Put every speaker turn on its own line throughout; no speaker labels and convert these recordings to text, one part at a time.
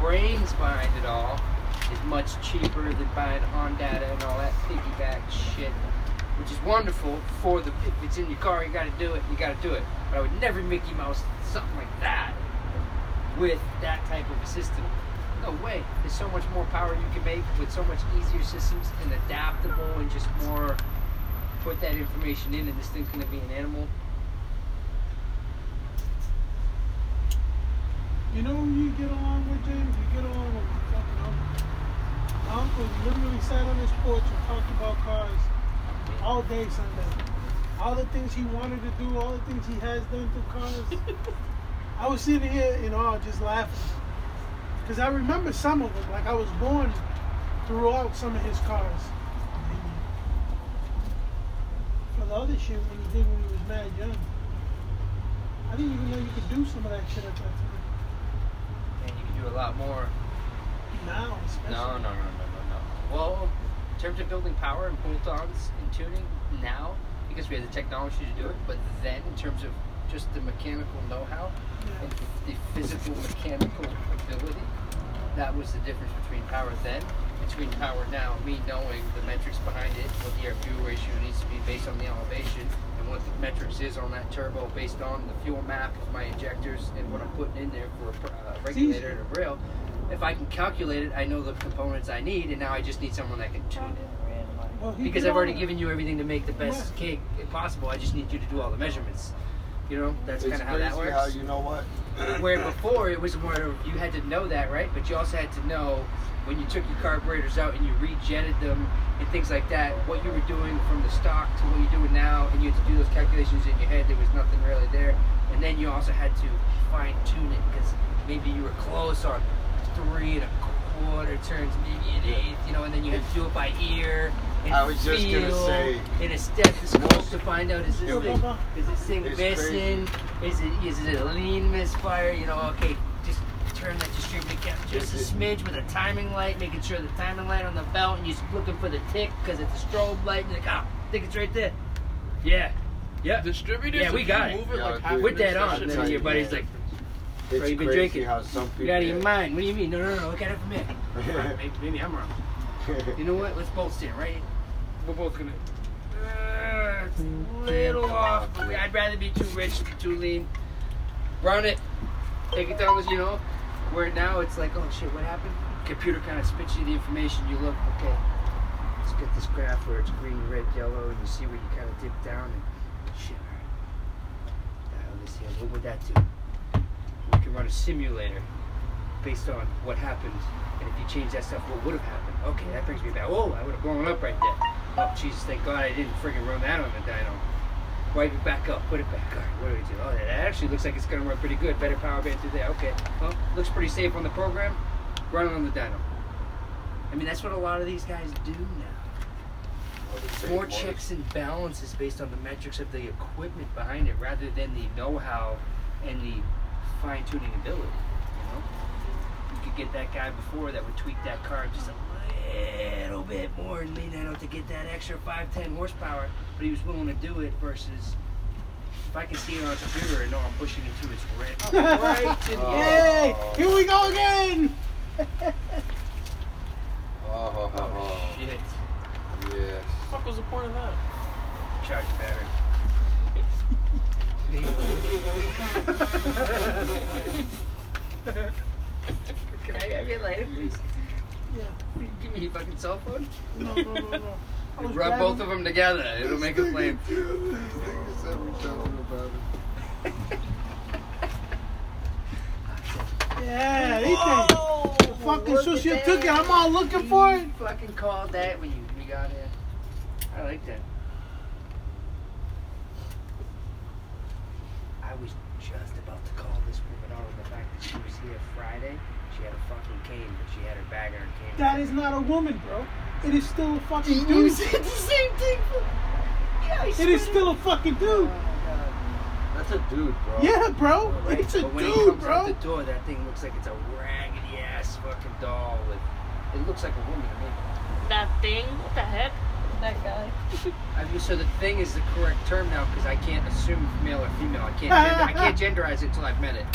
brains behind it all is much cheaper than buying on data and all that piggyback shit, which is wonderful for the if it's in your car, you gotta do it, you gotta do it. But I would never Mickey Mouse something like that with that type of a system. No way. There's so much more power you can make with so much easier systems and adaptable and just more put that information in and this thing's gonna be an animal.
You know who you get along with, James? You get along with my fucking uncle. My uncle literally sat on his porch and talked about cars all day Sunday. All the things he wanted to do, all the things he has done through cars. I was sitting here in awe, just laughing. Because I remember some of them. Like, I was born throughout some of his cars. For the other shit, when he did when he was mad young. I didn't even know you could do some of that shit at that time.
And you can do a lot more.
Now, especially.
No, no, no, no, no, no. Well, in terms of building power and bolt-ons and tuning now, because we had the technology to do it, but then in terms of just the mechanical know-how and the physical mechanical ability, that was the difference between power then, between power now, me knowing the metrics behind it, what the air-fuel ratio needs to be based on the elevation, and what the metrics is on that turbo based on the fuel map of my injectors and what I'm putting in there for a uh, regulator and a rail. If I can calculate it, I know the components I need, and now I just need someone that can tune it.
Well, he
Because
did
I've
all
already
that.
given you everything to make the best cake possible. I just need you to do all the measurements. You know, that's kind of how that
crazy
works.
How you know what?
Where before it was more of- you had to know that, right? But you also had to know when you took your carburetors out and you rejetted them and things like that, what you were doing from the stock to what you're doing now, and you had to do those calculations in your head. There was nothing really there, and then you also had to fine tune it because maybe you were close on three and a quarter turns, maybe an eighth, you know, and then you had to do it by ear. And
I was just gonna
feel
say-
in a stethoscope to find out is this
Yo,
thing
Papa.
is this thing
It's
missing? Is it is it a lean misfire? You know, okay, just turn that distributor cap just a
Is it-
smidge with a timing light, making sure the timing light on the belt, and you're just looking for the tick because it's a strobe light. And you're like, oh, I think it's right there. Yeah, yeah.
Distributors,
Yeah, we
if
got
you
it.
Move it
Yeah,
like half
dude.
With that
an inch,
on,
that
and
shit
then
tells
your
you.
buddy's like,
It's
Bro, you've been
crazy
drinking.
how some people.
"You out of your mind? What do you mean? No, no, no. Look at it from here. Alright, maybe, maybe I'm wrong. You know what? Let's both stand right. We're both gonna. Uh, it's a little off. but we- I'd rather be too rich than too lean. Run it. Take it down as you know. Where now it's like, oh shit, what happened? Computer kind of spits you the information. You look, okay. Let's get this graph where it's green, red, yellow, and you see where you kind of dip down and shit. All right. Now this here, what would that do? We can run a simulator based on what happened and if you change that stuff, what would have happened? Okay, that brings me back. Oh, I would have blown up right there. Oh, Jesus, thank God I didn't friggin' run that on the dyno. Wipe it back up, put it back. All right, what do we do? Oh, that actually looks like it's gonna run pretty good. Better power band through there. Okay, well, looks pretty safe on the program. Run it on the dyno. I mean, that's what a lot of these guys do now. More checks and balances based on the metrics of the equipment behind it rather than the know how and the fine tuning ability. You know? you could get that guy before that would tweak that car just a little bit more and lean that out to get that extra 510 horsepower, but he was willing to do it versus if I can see it on a computer and know I'm pushing it to its red. right to the
Yay! Here we go again!
Oh, oh, oh,
Oh,
oh.
shit.
yes.
What the fuck was the point of that?
Charge battery. Can I have your lighter, please?
Yeah.
Give me your fucking cell phone.
No, no, no, no. I was
Rub both
driving-
of them together. It'll make a flame.
Niggas every time about it.
Yeah, he thinks- the fucking
Oh, look
sushi
at
took it.
that.
I'm all looking for it.
You fucking called that when you, you got in. I like that. I was just about to call this woman out on the fact that she was here Friday. She had a fucking cane, but she had her bag and her cane.
That is not a woman, bro. It is still a fucking dude.
the same thing. Yeah,
It is still a fucking dude.
That's a dude, bro.
Yeah, bro.
Right?
It's a
but when it
dude,
comes out
bro.
the door, that thing looks like it's a raggedy ass fucking doll with. It looks like a woman to me.
That thing? What the heck? That guy.
I mean, so the thing is the correct term now because I can't assume male or female. I can't gender, I can't genderize it until I've met it.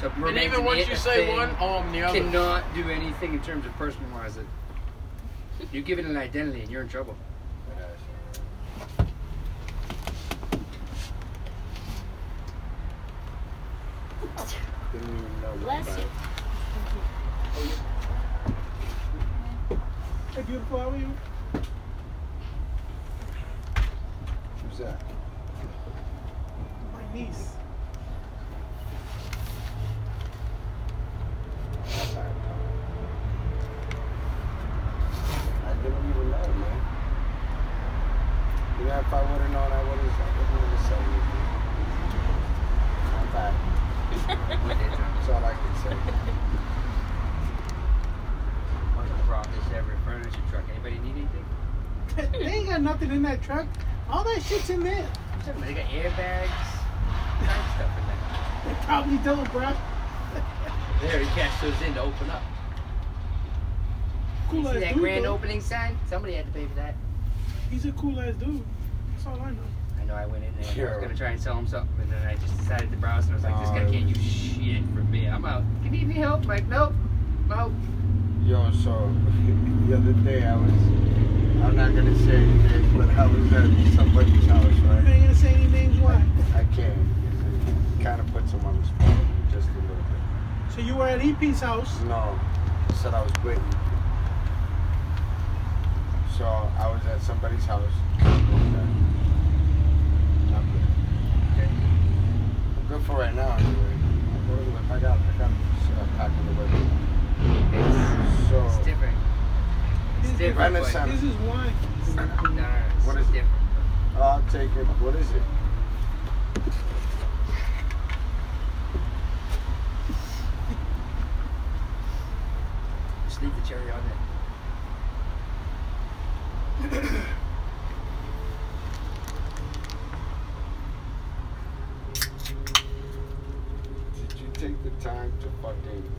So
And
Burbank's
even once
na-
you say
thing
one, oh, I'm the other.
cannot do anything in terms of personalize it. You give it an identity and you're in trouble.
Didn't even know
Bless
about
you.
it.
Hey, beautiful, how are you?
Who's that?
My niece.
I didn't even know, man. You know, if I would've known, I would've, I wouldn't have said anything. I'm back. That's all I can say.
Must have brought this to every furniture truck. Anybody need anything?
they ain't got nothing in that truck. All that shit's in there.
They got airbags, all kinds of stuff in there.
They probably don't, bruh.
There, he cashed those in to open up.
Cool
you see
ass
that
dude.
grand
though.
opening sign? Somebody had to pay for that.
He's a cool ass dude. That's all I know.
I know I went in there. I
Sure.
was gonna try and sell him something, and then I just decided to browse, and I was like, "This guy
Oh.
can't do shit for me. I'm out. Can you need any help?" like, nope, nope.
Yo, so the other day I was, I'm not gonna say anything, but I was at somebody's house,
You
right?
ain't gonna say any names, why?
I can't. Kind of puts him on the spot just a little bit.
So you were at EP's house.
No, I said I was waiting. So I was at somebody's house. I'm good. I'm good for right now, anyway. I'm going to, if I got, I got uh, packing the way.
It's,
So,
it's different. It's
This-
different.
Renaissance.
but-
This is wine.
No, no, no, it's
What is it?
different?
I'll take it. What is it?
Just leave the cherry on it.
Did you take the time to fucking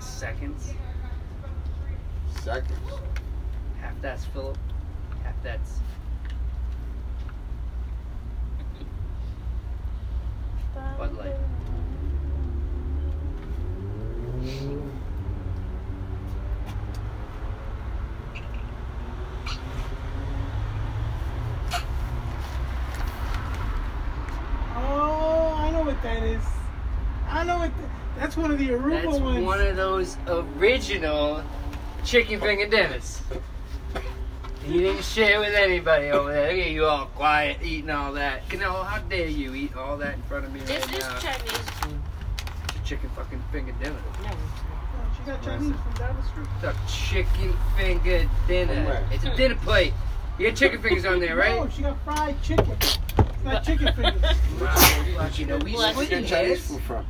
Seconds.
seconds?
Half that's Philip. Half that's. Bud Light.
Oh, I know what that is. I know what. th- that's one of the Aruba
That's
ones.
one of those original chicken finger dinners. You didn't share with anybody over there. Look at you all quiet eating all that. Canelo, how dare you eat all that in front of me
This
right
is
now?
Chinese food.
It's a chicken fucking finger dinner.
No.
Oh, she got Chinese from down the street.
It's a chicken finger dinner.
From where?
It's a dinner plate. You got chicken fingers on there,
No,
right?
she got fried chicken. It's not chicken fingers.
Wow, fuck, you know, we
Well,
splitting
that's
hairs.
from?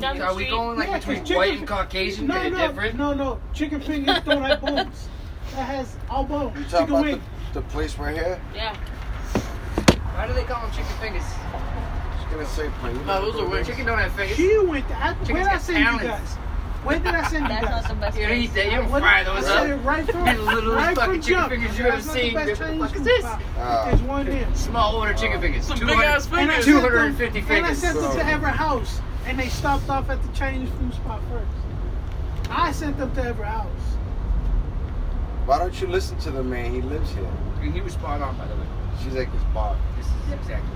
Down the
Are we
street.
going like
Yeah, 'cause
between
chicken-
white and Caucasian?
no,
They're
no,
different.
no, no. Chicken fingers don't have bones. That has all bones.
You
Chicken
talking about
wing.
the, the place right here?
Yeah.
Why do they call them chicken fingers?
It's gonna say place.
Oh,
No, those are wings.
Chicken don't have fingers.
She went. To, I, where did I
got
send you
talents.
guys? Where did I send you
That's
guys?
not the best.
You don't eat that. You don't
What-
fry those
I said
up.
it right through.
The littlest
right
fucking
from
chicken
jump.
fingers you ever
That's not the
seen. What
best
the
Chinese
fuck is
food,
this?
Pop.
Ah.
There's one there.
Small order chicken fingers.
Some
200
big ass
And I
fingers.
sent them-
250
And I
fingers.
sent them
So-
to every house, and they stopped off at the Chinese food spot first. I sent them to every house.
Why don't you listen to the man? He lives here.
And he was spot on, by the way.
She's like his boss.
This is exactly.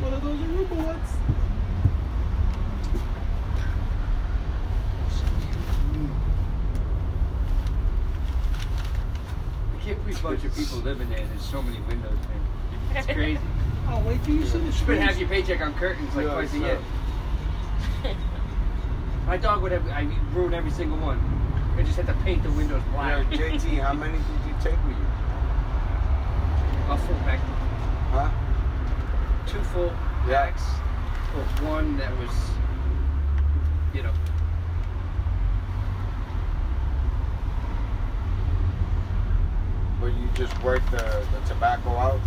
One of those Aruba ones.
I can't believe a bunch of people living there. There's so many windows, man. It's crazy.
Oh, wait till you see the
You could have
streets.
your paycheck on curtains like
Yeah,
twice a
so-
year. My dog would have. I ruin every single one. I just had to paint the windows
Yo,
black.
JT, how many did you take with you?
A full pack,
Huh?
two full
Yeah.
packs, but one that was, you know.
But you just worked the, the tobacco out?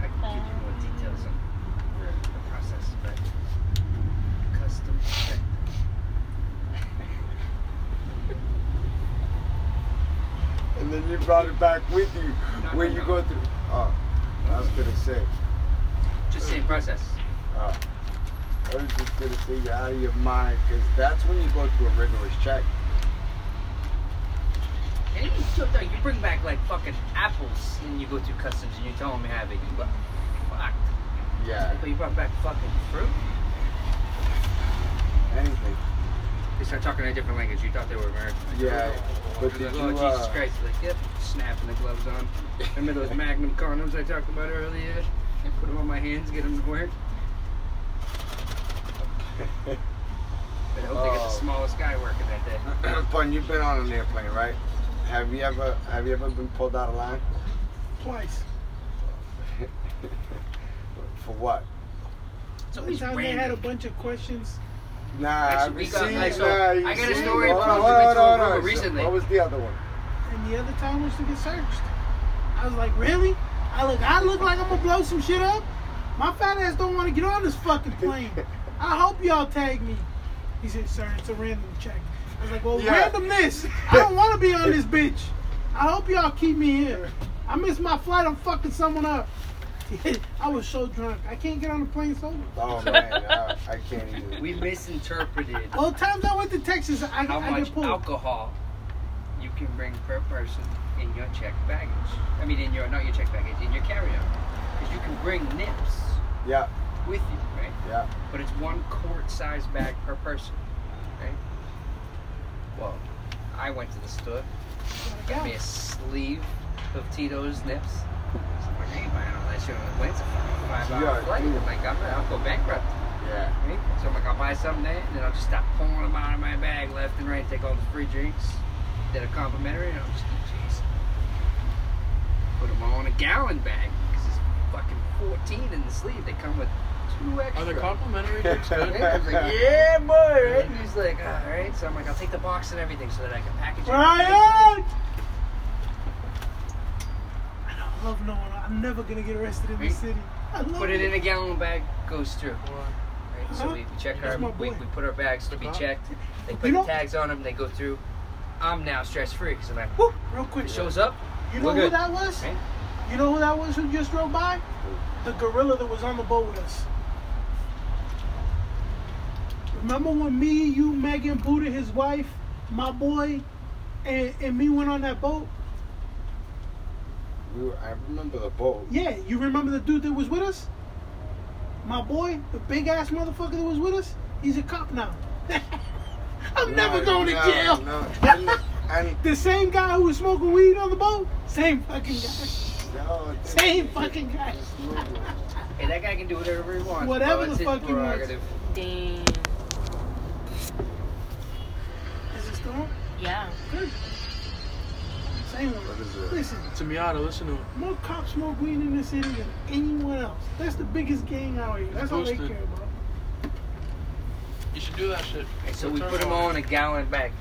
I can give you more details on the, the process, but custom check.
And then you brought it back with you.
No,
where
no,
you
no.
go through. Oh.
Well,
26.
Just same process.
Oh. I was just gonna say you're out of your mind because that's when you go through a rigorous check.
And you, still think- you bring back like fucking apples and you go through customs and you tell them you have it. You bu- fuck.
Yeah,
But you brought back fucking fruit?
anything.
They start talking in a different language. You thought they were American.
Yeah, but
You're
did
like, oh,
you,
Jesus
uh,
Christ. Like, yep, snapping the gloves on. Remember those Magnum condoms I talked about earlier? Put them on my hands, get them to work. But I hope they get the
Oh.
smallest guy working that day.
Pun, you've been on an airplane, right? Have you ever have you ever been pulled out of line?
Twice.
For what?
It's
One
always
time they had a
random.
bunch of questions.
Nah,
Actually, we
I've
got-
seen
like, so,
nah, you
I got a
seen-
story
Hold on,
from
hold on,
Victoria
hold on.
River
So
recently.
What was the other one?
and the other time was to get searched. I was like, really? I look, I look like I'm gonna blow some shit up. My fat ass don't want to get on this fucking plane. I hope y'all tag me. He said, sir, it's a random check. I was like, well,
Yeah.
randomness. I don't want to be on this bitch. I hope y'all keep me here. I missed my flight. I'm fucking someone up. I was so drunk. I can't get on the plane sober.
Oh man, I, I can't even.
We misinterpreted
Both times I went to Texas, Oh, I,
how
I
much
get pulled.
alcohol you can bring per person in your checked baggage. I mean, in your not your checked baggage, in your carry-on, because you can bring nips
yeah,
with you, right?
yeah.
But it's one quart-sized bag per person, right? Well, I went to the store, got me a sleeve of Tito's nips. So I'm like, I ain't buying all that shit on the plane. It's a fucking five-hour
Yeah,
flight.
dude.
I'm like, I'm not, I'll go bankrupt.
Yeah.
Right? So I'm like, I'll buy some there, and then I'll just stop pouring them out of my bag left and right, take all the free drinks that are complimentary, and I'll just eat cheese. Put them all in a gallon bag, because it's fucking 14 in the sleeve. They come with two extra.
Are they complimentary? drinks
And
good?
I was like, yeah, boy, right? And he's like, all right. So I'm like, I'll take the box and everything so that I can package it.
Brian! I don't love no one. I'm never gonna get arrested in
Me?
this city. I love
Put it in a gallon bag, goes through. Right? So
Huh?
we, we check
That's
our,
my
we,
boy.
we put our bags to be
Huh?
checked. They
You
put the
know-
tags on them, they go through. I'm now stress free because I'm like, whoop,
Real quick,
it shows up.
you know
we're
who
good.
that was?
Right?
You know who that was who just drove by? The gorilla that was on the boat with us. Remember when me, you, Megan, Buddha, his wife, my boy, and, and me went on that boat?
We were, I remember the boat.
Yeah, you remember the dude that was with us? My boy, the big ass motherfucker that was with us? He's a cop now. I'm
No,
never going
no,
to jail.
No, and, and,
The same guy who was smoking weed on the boat? Same fucking guy.
no, this-
Same fucking guy.
this movie.
Hey, that guy can do whatever he wants. bro.
Whatever
It's
the
his
fuck he wants.
prerogative.
Damn.
Is this the one?
Yeah.
Good. Same
What is
one.
it?
Listen,
It's a Miata, listen to it.
more cops smoke weed in this city than anyone else. That's the biggest gang out here. That's all they
Boosted.
care about.
You should do that shit.
Okay, so we put them all in a gallon bag.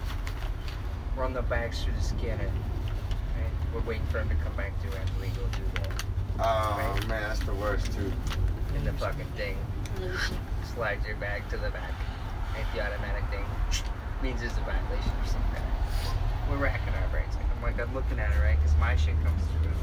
Run the bags through the scanner. Right? We're waiting for him to come back to after we go through
Oh man, that's the worst too.
the in the fucking thing. Slides your bag to the back. Right? The automatic thing means it's a violation or something. We're racking our brains. Like, I'm like, I'm looking at it, right? Because my shit comes through.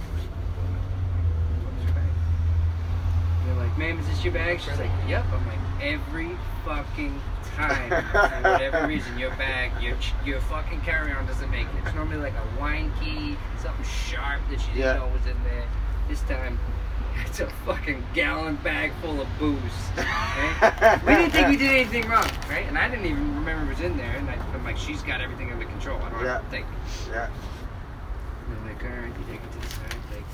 What's your bag? They're like, ma'am, is this your bag? She's like, yep. I'm like, every fucking time, for whatever reason, your bag, your your fucking carry-on doesn't make it. It's normally like a wine key, something sharp that she didn't
Yeah.
know was in there. This time, it's a fucking gallon bag full of booze. right? We didn't think we did anything wrong, right? And I didn't even remember it was in there. And I, I'm like, she's got everything under control. I don't have to
Yeah.
think.
Yeah.
And they're like, alright, you take it to the side. Like,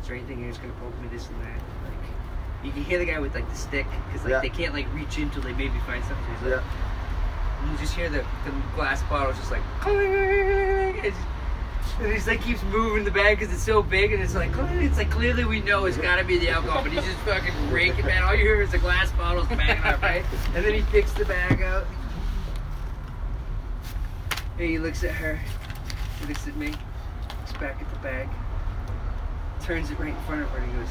is there anything here that's gonna poke me this and that? Like, you can hear the guy with like the stick, because like
Yeah.
they can't like reach in till they maybe find something. So he's
Yeah.
like, and you just hear the, the glass bottle just like, and it's- and he's like keeps moving the bag because it's so big and it's like it's like clearly we know it's gotta be the alcohol, but he's just fucking raking man. All you hear is the glass bottles banging up, right? And then he picks the bag up. And he looks at her. He looks at me. Looks back at the bag. Turns it right in front of her and he goes,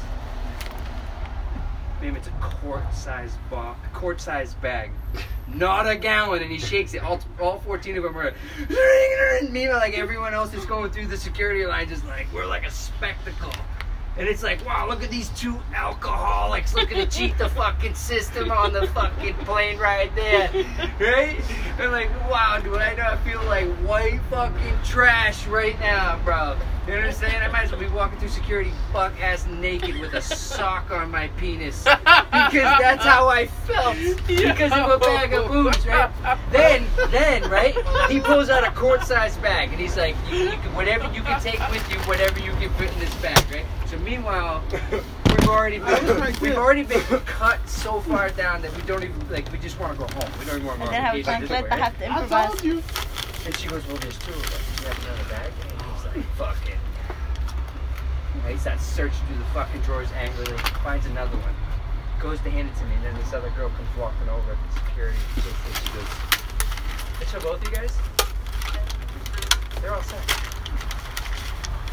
Ma'am, it's a quart-sized bo- quart-sized bag, not a gallon. And he shakes it. All, all 14 of them are like, meanwhile, like everyone else is going through the security line, just like we're like a spectacle. And it's like, wow, look at these two alcoholics looking to cheat the fucking system on the fucking plane right there. Right? And like, wow, dude, I know I feel like white fucking trash right now, bro. You know what I'm saying? I might as well be walking through security buck ass naked with a sock on my penis. Because that's how I felt. Because of a bag of booze, right? Then, then, right? He pulls out a quart sized bag and he's like, you, you can, whatever you can take with you, whatever you can put in this bag, right? So meanwhile,
Oh,
we've already been, we've already been cut so far down that we don't even like we just want to go home. We don't even want to go
I didn't have a
vacation
blanket. I
anywhere.
have to
I
improvise.
told you.
And she goes, well, there's two of us. You have another bag? And he's like, fuck it. And he starts searching through the fucking drawers angrily, finds another one, goes to hand it to me, and then this other girl comes walking over at the security. And she goes, I show both of you guys? They're all set.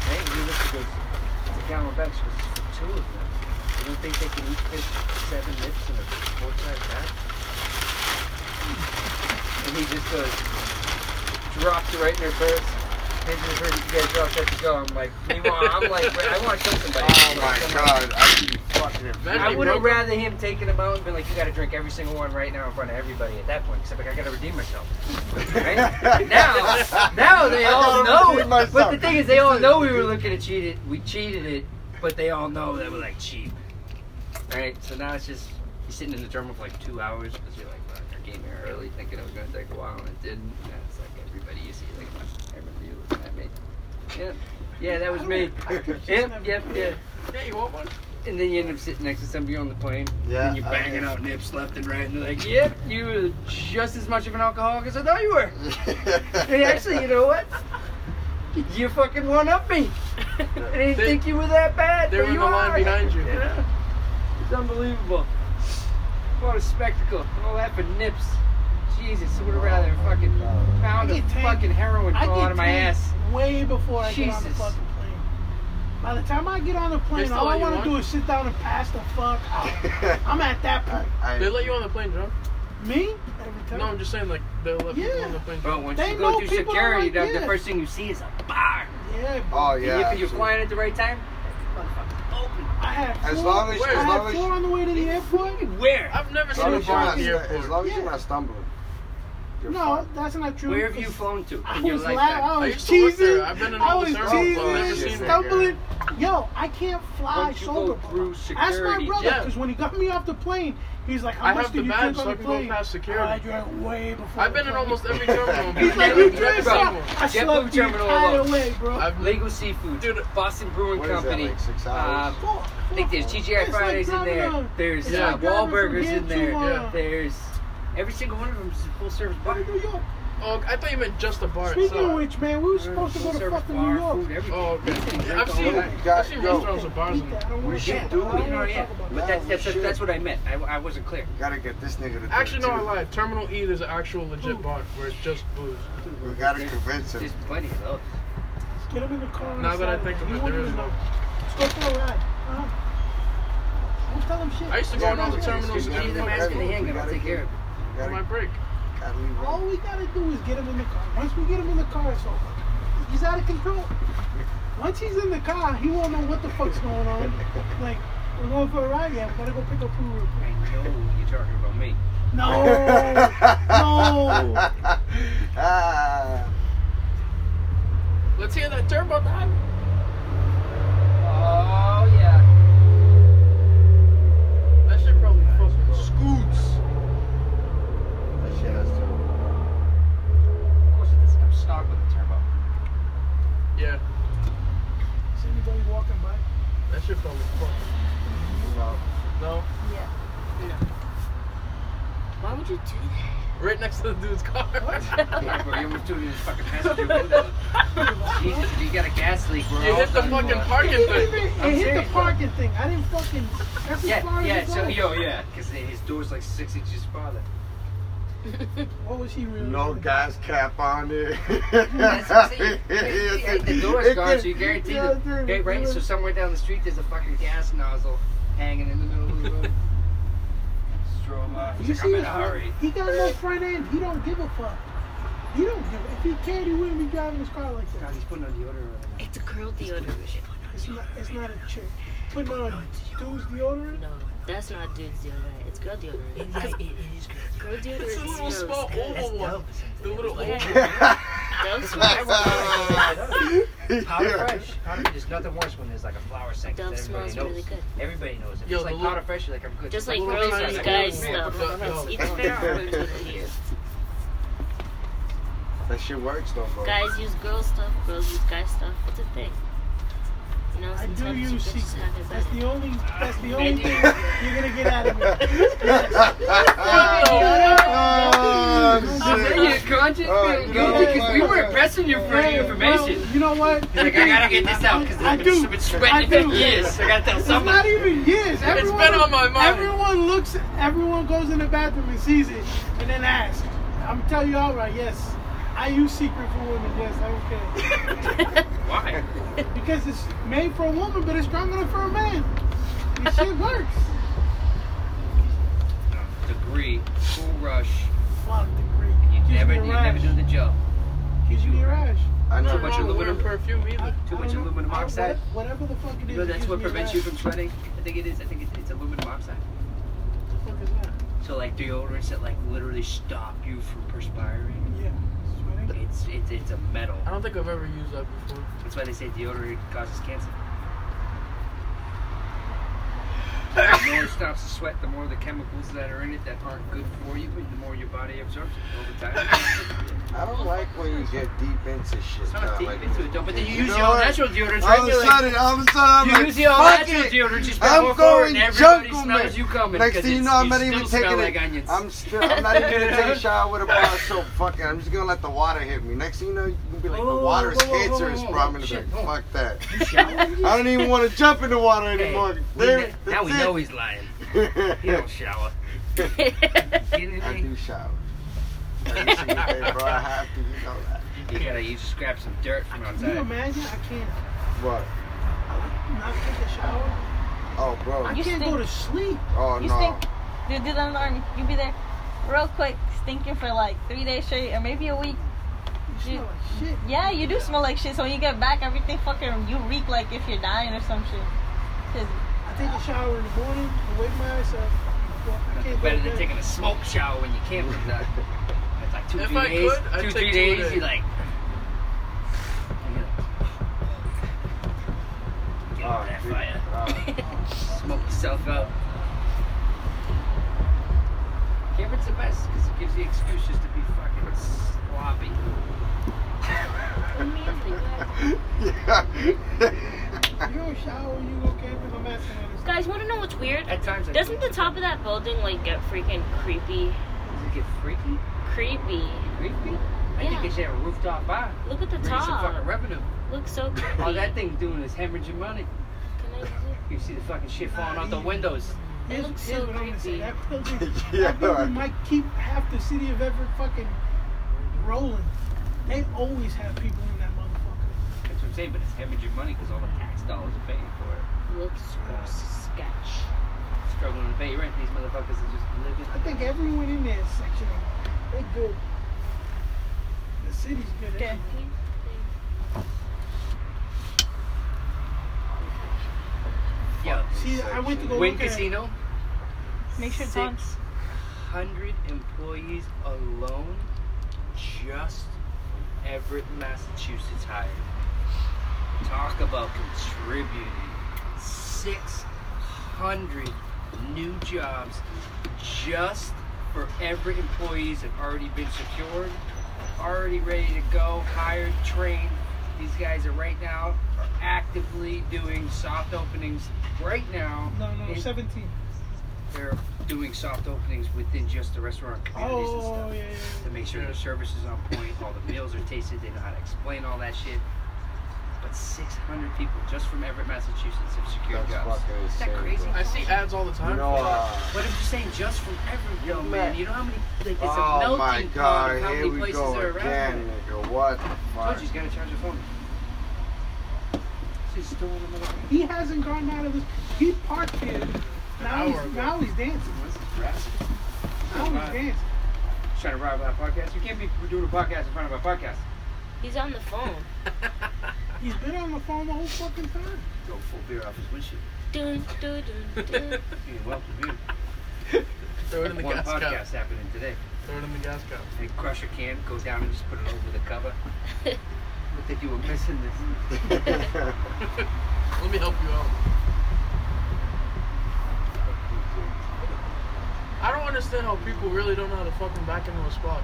Hey, he looks and goes, it's a gallon of bags. She goes, "It's for two of them. You don't think they can each fit seven lips in a four-size bag? And he just goes, dropped it right in her purse. Hands in her purse, you guys dropped that to go. I'm like, meanwhile, I'm like, wait, I want to kill somebody.
Oh my
Like, I'm like,
god, I should be fucking
Man,
I
he
would have
broke-
rather him taking them out and been like, you got to drink every single one right now in front of everybody at that point. Except like, I got to redeem myself. Right? now, now they
I
all
gotta
know. But
redeem myself.
the thing is, they all know we were looking to cheat it. We cheated it, but they all know that we're like cheap. Right? So now it's just you're sitting in the terminal for like two hours because you're like, fuck, I came here early thinking it was going to take a while and it didn't. And it's like everybody you see, like, everybody you looking at me. Yeah, yeah, that was me. Yep, yep, yeah.
Yeah, you want one?
And then you end up sitting next to somebody on the plane.
Yeah,
And you're
I-
banging out nips left and right, and they're like, "Yep, you were just as much of an alcoholic as I thought you were." And actually, you know what? You fucking one up me. I didn't
They-
think you were that bad.
they
but
were in
you
the line
are.
behind you.
Yeah. It's unbelievable. What a spectacle! All that for nips. Jesus, I would have rather fucking pound
I
of
get tanked.
fucking heroin
I
fall
get
out of my
tanked
ass.
way before I get on the
Jesus.
fucking plane. By the time I get on the plane,
That's
all
all
I
you
want to
want?
do is sit down and pass the fuck out. I'm at that point.
They let you on the plane, John?
Me? Every time.
No, I'm just saying, like, they'll let people
Yeah.
on the plane.
Bro, once
They
you
know
go through
people are
security,
like
dog, the
this.
first thing you see is a bar.
yeah, bro.
Oh
Yeah,
yeah.
because you're flying at the right time. Motherfucker, open.
I had four,
Oh, As long as-
I
as
had
long as-
four on the way to the airport.
Where?
I've never
As
seen
long
a
as you're
shot
not,
at the
as
airport.
long as you're not stumbling. You're
No, that's not true.
Where have you
'cause
flown to
I
in your
was la-
lifetime?
I
I
was
used to work there.
cheesing.
I've been in
I
all
was
the terminals, but I've never
cheesing,
seen it.
stumbling. Yo, I can't fly
Once you go
sober.
through
bro. Ask my
security,
brother,
yeah.
because when he got me off the plane, he's like, "How
I
much
have
did
the
you
badge
drink
so
on
I
the
can go
plane?"
past
I
security.
drank way before.
I've been
the
in
plane.
almost every terminal.
He's
but
like,
I've
you
never
drink
drank
some.
one.
I
JetBlue
slept the
terminal
entire
alone.
way, bro.
I've-
Legal Seafood,
Dude,
Boston Brewing
What is that,
Company.
like six hours?
Um, I think there's TGI Fridays in there. There's
Yeah.
uh, Wahlburgers in there.
Yeah.
There's every single one of them is a full service bar.
New York.
Oh, I thought you meant just the bar
Speaking of
itself.
which, man, we were supposed to go
Full
to
service
fucking
bar,
New York.
food, everything.
Oh, okay.
Everything.
I've seen,
Yo, you
I've
guys
seen
go.
restaurants with bars in
Beat that. I
them.
don't wanna
We should
talk
do
about
it.
You know,
I
yeah.
don't wanna talk about
But
it.
that's, that's,
Shit.
that's what I meant. I, I wasn't clear.
Gotta get this nigga to do it,
Actually, no,
too.
I lied. Terminal E, there's an actual legit bar where it's just booze.
We gotta convince him.
There's plenty of those.
Get him in the car. on
Now
the
that I
Saturday.
think of
He
it,
wouldn't
there is
even
one.
know. Let's go for a ride. Huh? Don't tell him shit.
I used to go
Yeah,
in all the
no,
terminals
it's
and
good.
Leave
eat
the
Yeah,
my,
mask and the
everything.
handgun. I'll take care of it.
Gotta,
my break.
gotta leave
All
him.
we gotta do is get him in the car. Once we get him in the car, it's over. He's out of control. Once he's in the car, he won't know what the fuck's going on. Like, we're going for a ride. Yeah, we gotta go pick up food. real
I
quick.
know you're talking about me.
No, Oh, no.
Ah.
Let's hear that turbo dive.
Oh yeah.
That shit probably fucking scoots.
That shit has to.
Of course it is. I'm stock with a turbo.
Yeah,
Is anybody walking by?
that shit probably fucking.
No.
No,
Yeah. Why would you do
right next to the dude's car.
Yeah, bro, you almost threw it in his fucking passenger window. Jesus, you got a gas leak, bro.
you hit the fucking parking
It hit,
thing.
the-
I'm
it hit the
serious, bro.
parking thing. I didn't fucking. That's as far
Yeah,
as
yeah,
it
so,
goes.
yo, yeah. Because his door's like six inches farther.
What was Oh, he really?
No
doing?
gas cap on it.
That's what I'm saying. Hey, The door's gone, so you guarantee
Yeah, dude,
the. Right, right?
it
So
was-
somewhere down the street, there's a fucking gas nozzle hanging in the middle of the road. Strobe off.
You
He's like,
see
I'm
his
in a hurry.
He got no front end. He don't give a fuck. He don't give. If he cared, he wouldn't be driving his car like
God,
that.
he's putting on deodorant right
It's a curl deodorant.
It's not. It's not a chick. Putting on dude's deodorant.
No, that's not dude's deodorant. It's girl deodorant.
It, it, it is good.
Girl deodorant
It's a little
smells
small
good.
oval one.
dope or something.
The little
It's like-
oval.
Those smells good.
Powder
Yeah.
Fresh. Powder, there's nothing worse when there's like a flower scent.
Dove
that everybody
smells
knows.
really good.
Everybody knows it.
Yo,
it's
the
like
little-
powder fresh. You're like I'm good.
Just
The
like
little
girls
girls
tiny
use
thing.
Yeah,
guys stuff.
but, uh,
It's fair argument over here.
That shit works though, bro.
Guys use girl stuff. Girls use guy stuff. It's a thing. You know,
I do
sometimes you
use
bitches
secret.
have it
That's
better.
the only. That's the only
do.
thing you're gonna get out of me.
You're
Oh, shit.
conscious,
Alright,
dude,
no,
because we
no,
were
no.
pressing you for
Hey,
your information.
well, you know what?
You're like, I gotta get this out because
I
I've
do.
been, been
I
sweating it
do.
for years. I gotta tell
It's not
somebody.
even years. Everyone,
been on my mind.
Everyone looks. Everyone goes in the bathroom and sees it, and then asks. I'm telling you outright. Yes, I use secret for women. Yes, I don't care
Why?
because it's made for a woman, but it's strong enough for a man. This shit works.
Degree, cool rush.
Fuck the creek.
You
Gives
never,
me a
you never
rash.
do the job.
Gives me a rash.
I
Nothing
know.
much
wrong with
aluminum.
wearing perfume either.
Too
I
much
don't know.
aluminum
I-
oxide.
Whatever the fuck it is.
You know
it
that's
gives
what
me a
prevents
rash.
you from sweating. I think it is. I think it's, it's aluminum oxide.
What the fuck is that?
So like deodorants that like literally stop you from perspiring.
Yeah. Sweating.
It's it's it's a metal.
I don't think I've ever used that before.
That's why they say deodorant causes cancer. the more it stops the sweat, the more the chemicals that are in it that aren't good for you, but the more your body absorbs it over time.
I don't like when you get deep into shit.
it's not
dog,
deep
like
into it, though, but then you, use
know
your all
what?
natural deodorant.
All of a sudden, all of a sudden, I'm
you
like,
use the all
fuck
natural
it.
deodorant. You spread
I'm
more forward,
going
and everybody
jungle,
smells
man.
you coming.
Next
'cause
thing you
it's-
know, I'm
you
not even
still smell
taking
like
it.
onions.
I'm still, I'm not even gonna take a shower with a bar so fucking. I'm just gonna let the water hit me. Next thing you know, you can be like,
Whoa,
the water is
whoa, whoa, whoa,
cancerous,
whoa,
bro. I'm gonna be
shit,
like,
whoa.
fuck that.
You shower?
I don't even want to jump in the water
Hey,
anymore.
we
There-
kn- now
that's
we
it.
know he's lying. He don't shower. Kidding
I
me?
do shower. Every single day, bro. I have to, you know that.
You gotta you just grab some dirt from
Can you
outside.
imagine? I can't
What?
not take a shower.
Oh, bro.
I
You
can't
stink.
go to sleep.
Oh
You
no.
stink. Dude, do the alarm. You be there real quick, stinking for like three days straight or maybe a
You
week.
smell like shit.
Yeah, you do smell like shit. So when you get back, everything fucking you reek like if you're dying or some shit. 'Cause
I take a shower in the morning and wake my ass up. I can't go
Better
to
than
bed.
taking a smoke shower when you can't with that. It's like two,
If
three
I
days.
could, I'd
two,
take
three
two
days,
days.
you like. Get
Oh,
out that
dude.
fire.
Oh.
Smoke yourself out. Cameron's the best because it gives you excuses to be fucking sloppy.
oh.
You don't shower, you go camping, I'm asking all this.
Guys, wanna know what's weird?
At times, I
Doesn't the top of that building like get freaking creepy?
Does it get freaky?
Creepy.
Creepy? I
Yeah.
think it should have a rooftop bar.
Look at the
Bring some fucking
top.
revenue.
Looks so creepy.
All that thing's doing is hemorrhaging money.
Can I use it?
You see the fucking shit falling out the windows.
Here's,
looks
here's
so
what I'm gonna say.
creepy.
That building,
Yeah.
that building might keep half the city of Everett fucking rolling. They always have people in that motherfucker.
That's what I'm saying, but it's hemorrhaging money because all the tax dollars are paying for it.
Looks sketch.
Struggling to pay rent, these motherfuckers are just living.
I think everyone in that section, they good. The city's good.
Okay.
Yo,
See, I went to go
Wynn
look at it.
Casino,
Make sure it's on.
600 employees alone just from Everett, Massachusetts hired. Talk about contributing. 600 new jobs just for Everett employees that have already been secured, already ready to go, hired, trained. These guys are right now are actively doing soft openings right now.
No, no,
in
17.
they're doing soft openings within just the restaurant communities
Oh,
and
yeah,
stuff
yeah, yeah.
to make sure the service is on point, all the meals are tasted, they know how to explain all that shit. But 600 people just from Everett, Massachusetts have secured
That's
jobs.
fucking
Isn't that
insane,
crazy?
bro.
I see ads all the time.
You know,
for that.
uh,
But I'm just saying, just from Everett, yo,
Yo,
man,
man.
you know how many, like, it's a
oh
melting
my
pot
god,
of how
here
many
we
places
go
are around.
again, nigga. What the
Told
fuck?
you, he's gotta charge your phone. She's still in the middle of
He hasn't gone out of his. He parked here. Now
hour
he's,
ago.
now he's dancing.
What's this grass?
Now he's dancing.
Trying to rob our podcast? You can't be doing a podcast in front of our podcast.
He's on the phone.
He's been on the phone the whole fucking time.
Go full beer off his windshield.
Dun, dun, dun, dun.
You're welcome here.
Throw it in the
One
gas
podcast
cap.
happening today.
Throw it in the gas cap.
They crush a can, go down and just put it over the cover. Looked like you were missing this.
Let me help you out. I don't understand how people really don't know how to fucking back into a spot.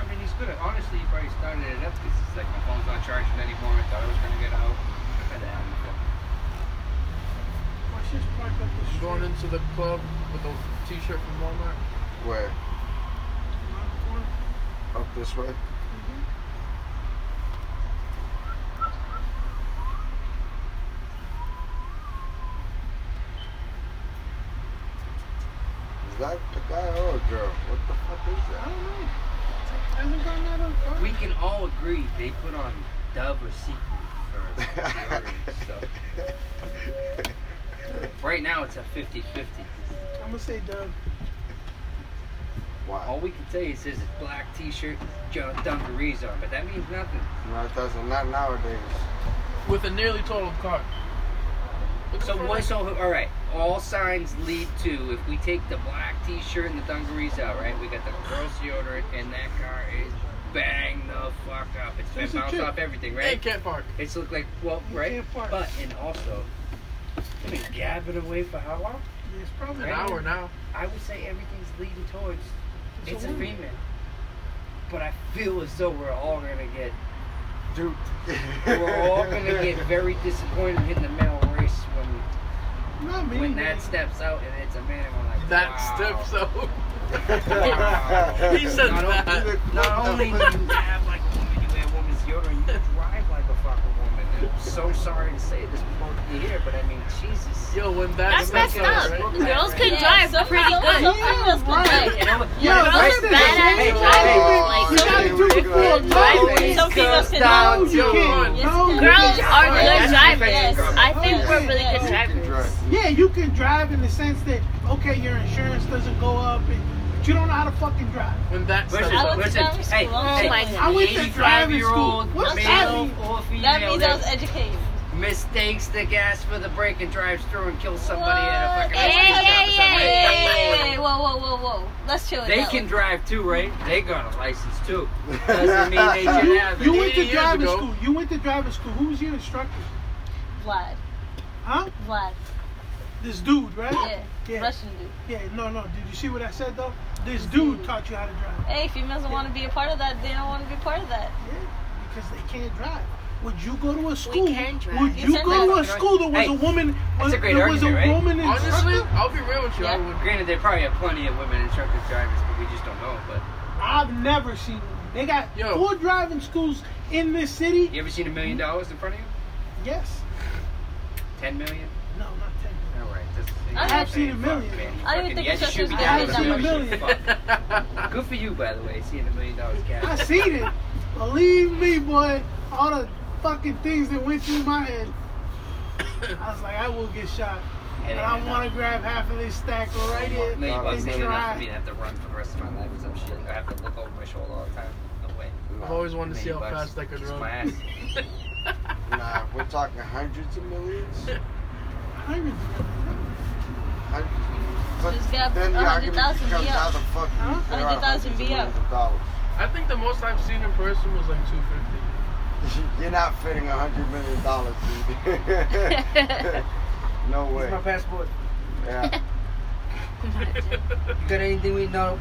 I mean, he's good at, honestly, he probably started it up because it's like my phone's not charging anymore. I thought I was going to get out. I had to have it.
My shit's parked up the
I'm
street.
going into the club with a t-shirt from Walmart.
Where?
Around the corner.
Up this way? Is that a guy or a girl? What the fuck is
I
that?
don't know. Hasn't gotten out of the car.
We can all agree they put on Dove or Secret for Fury and stuff. Right now it's a 50 50.
I'm gonna say Doug.
Why?
All we can say is there's a black t shirt, dungarees on, but that means nothing.
No, it doesn't. Not nowadays.
With a nearly totaled car. Look
So
for
what?
it.
So all right, all signs lead to if we take the black T-shirt and the dungarees out, right? We got the girl deodorant, and that car is bang the fuck up. It's
There's a
been bounced
chick.
off everything,
Hey,
right?
can't park.
It's looked like well,
You
right?
can't park.
But and also, I mean, gab it away for how long?
Yeah, it's probably
An hour now.
I would say everything's leading towards
It's a
it's, a
woman.
female. But I feel as though we're all gonna get
Dude.
we're all gonna get very disappointed in the male race when
Not me.
when
man.
that steps out and it's a man and we're like
That
wow.
steps up.
Wow.
He said
Not only-
that.
Not only do you have like woman, you have woman's deodorant, you drive like a fucking woman. I'm so sorry to say this before you here, but I mean Jesus.
Yo, when that
That's
steps
messed up.
right?
Girls could
Yeah,
drive
some
pretty
girls-
good.
Some females can drive.
You know,
Yeah,
Girls
that's
are
the
badass
thing.
drivers.
You
Like,
gotta
some
do it for a
Driving.
man.
Some females
comes
can
down
drive.
to
You can't.
one.
No, you
girls
can
are
drive.
good drivers.
Yes.
I think
Oh,
we're
yeah.
really
You
good
can
drivers.
Yeah, you can drive in the sense that okay, your insurance doesn't go up, and, but you don't know how to fucking drive.
When that
Listen,
steps
I
up.
went to
listen.
driving school. Oh
Hey,
I'm
hey,
like,
I went to driving school.
85-year-old
What's
male
that mean?
or female
That means I was
that
educated.
mistakes the gas for the brake and drives through and kills somebody at a fucking
Hey,
Hey,
restaurant
hey,
or
hey,
something.
hey, hey, hey, Whoa, whoa, whoa, whoa. Let's chill it
They
out.
can drive too, right? They got a license too. Doesn't mean they should have it.
You went
80
to
years
driving
ago.
school. You went to driving school. Who was your instructor?
Vlad.
Huh?
Vlad.
This dude, right?
Yeah.
Yeah.
Russian dude.
Yeah, no, no. Did you see what I said though? This dude taught you how to drive.
Hey, females don't want to be a part of that. They don't want to be part of that.
Yeah, because they can't drive. Would you go to a school?
can drive.
Would
You
you
said
go to a
that.
school that was
Hey,
a woman? Was,
a great
there was a
argument, right?
woman
Honestly,
instructor?
I'll be real with you. I would.
Granted, there probably are plenty of women instructor drivers, but we just don't know. But
I've never seen one. They got
Yo.
four driving schools in this city.
you ever seen a million dollars in front of you?
Yes.
Ten million?
No, not ten.
All right. That's,
I
have seen a million.
I don't even think
yes, you
instructors
should be
get
doing
paid that
that much.
much.
Fuck. Good for you, by the way, seeing a million dollars cash.
I seen it. Believe me, boy. All the fucking things that went through my head. I was like, I will get shot,
It
and
ain't
I
enough.
want to grab half of this stack right here
No, you
and
wasn't enough for me to
try.
have to run for the rest of my life or some shit. I have to look over my shoulder all the time. No way.
I've always wanted to see how
Million bucks.
fast I could
Kiss
run.
my ass.
Nah, we're talking hundreds of millions.
Hundreds of them.
Hundreds of millions. But
Just get
then the
100,000
argument becomes
VL.
how the fuck do you
Huh?
figure out
100,000
hundreds of
VL.
millions of dollars?
I think the most I've seen in person was like 250.
You're not fitting a hundred million dollars. dude. no way.
Here's my passport.
Yeah.
You got anything we know?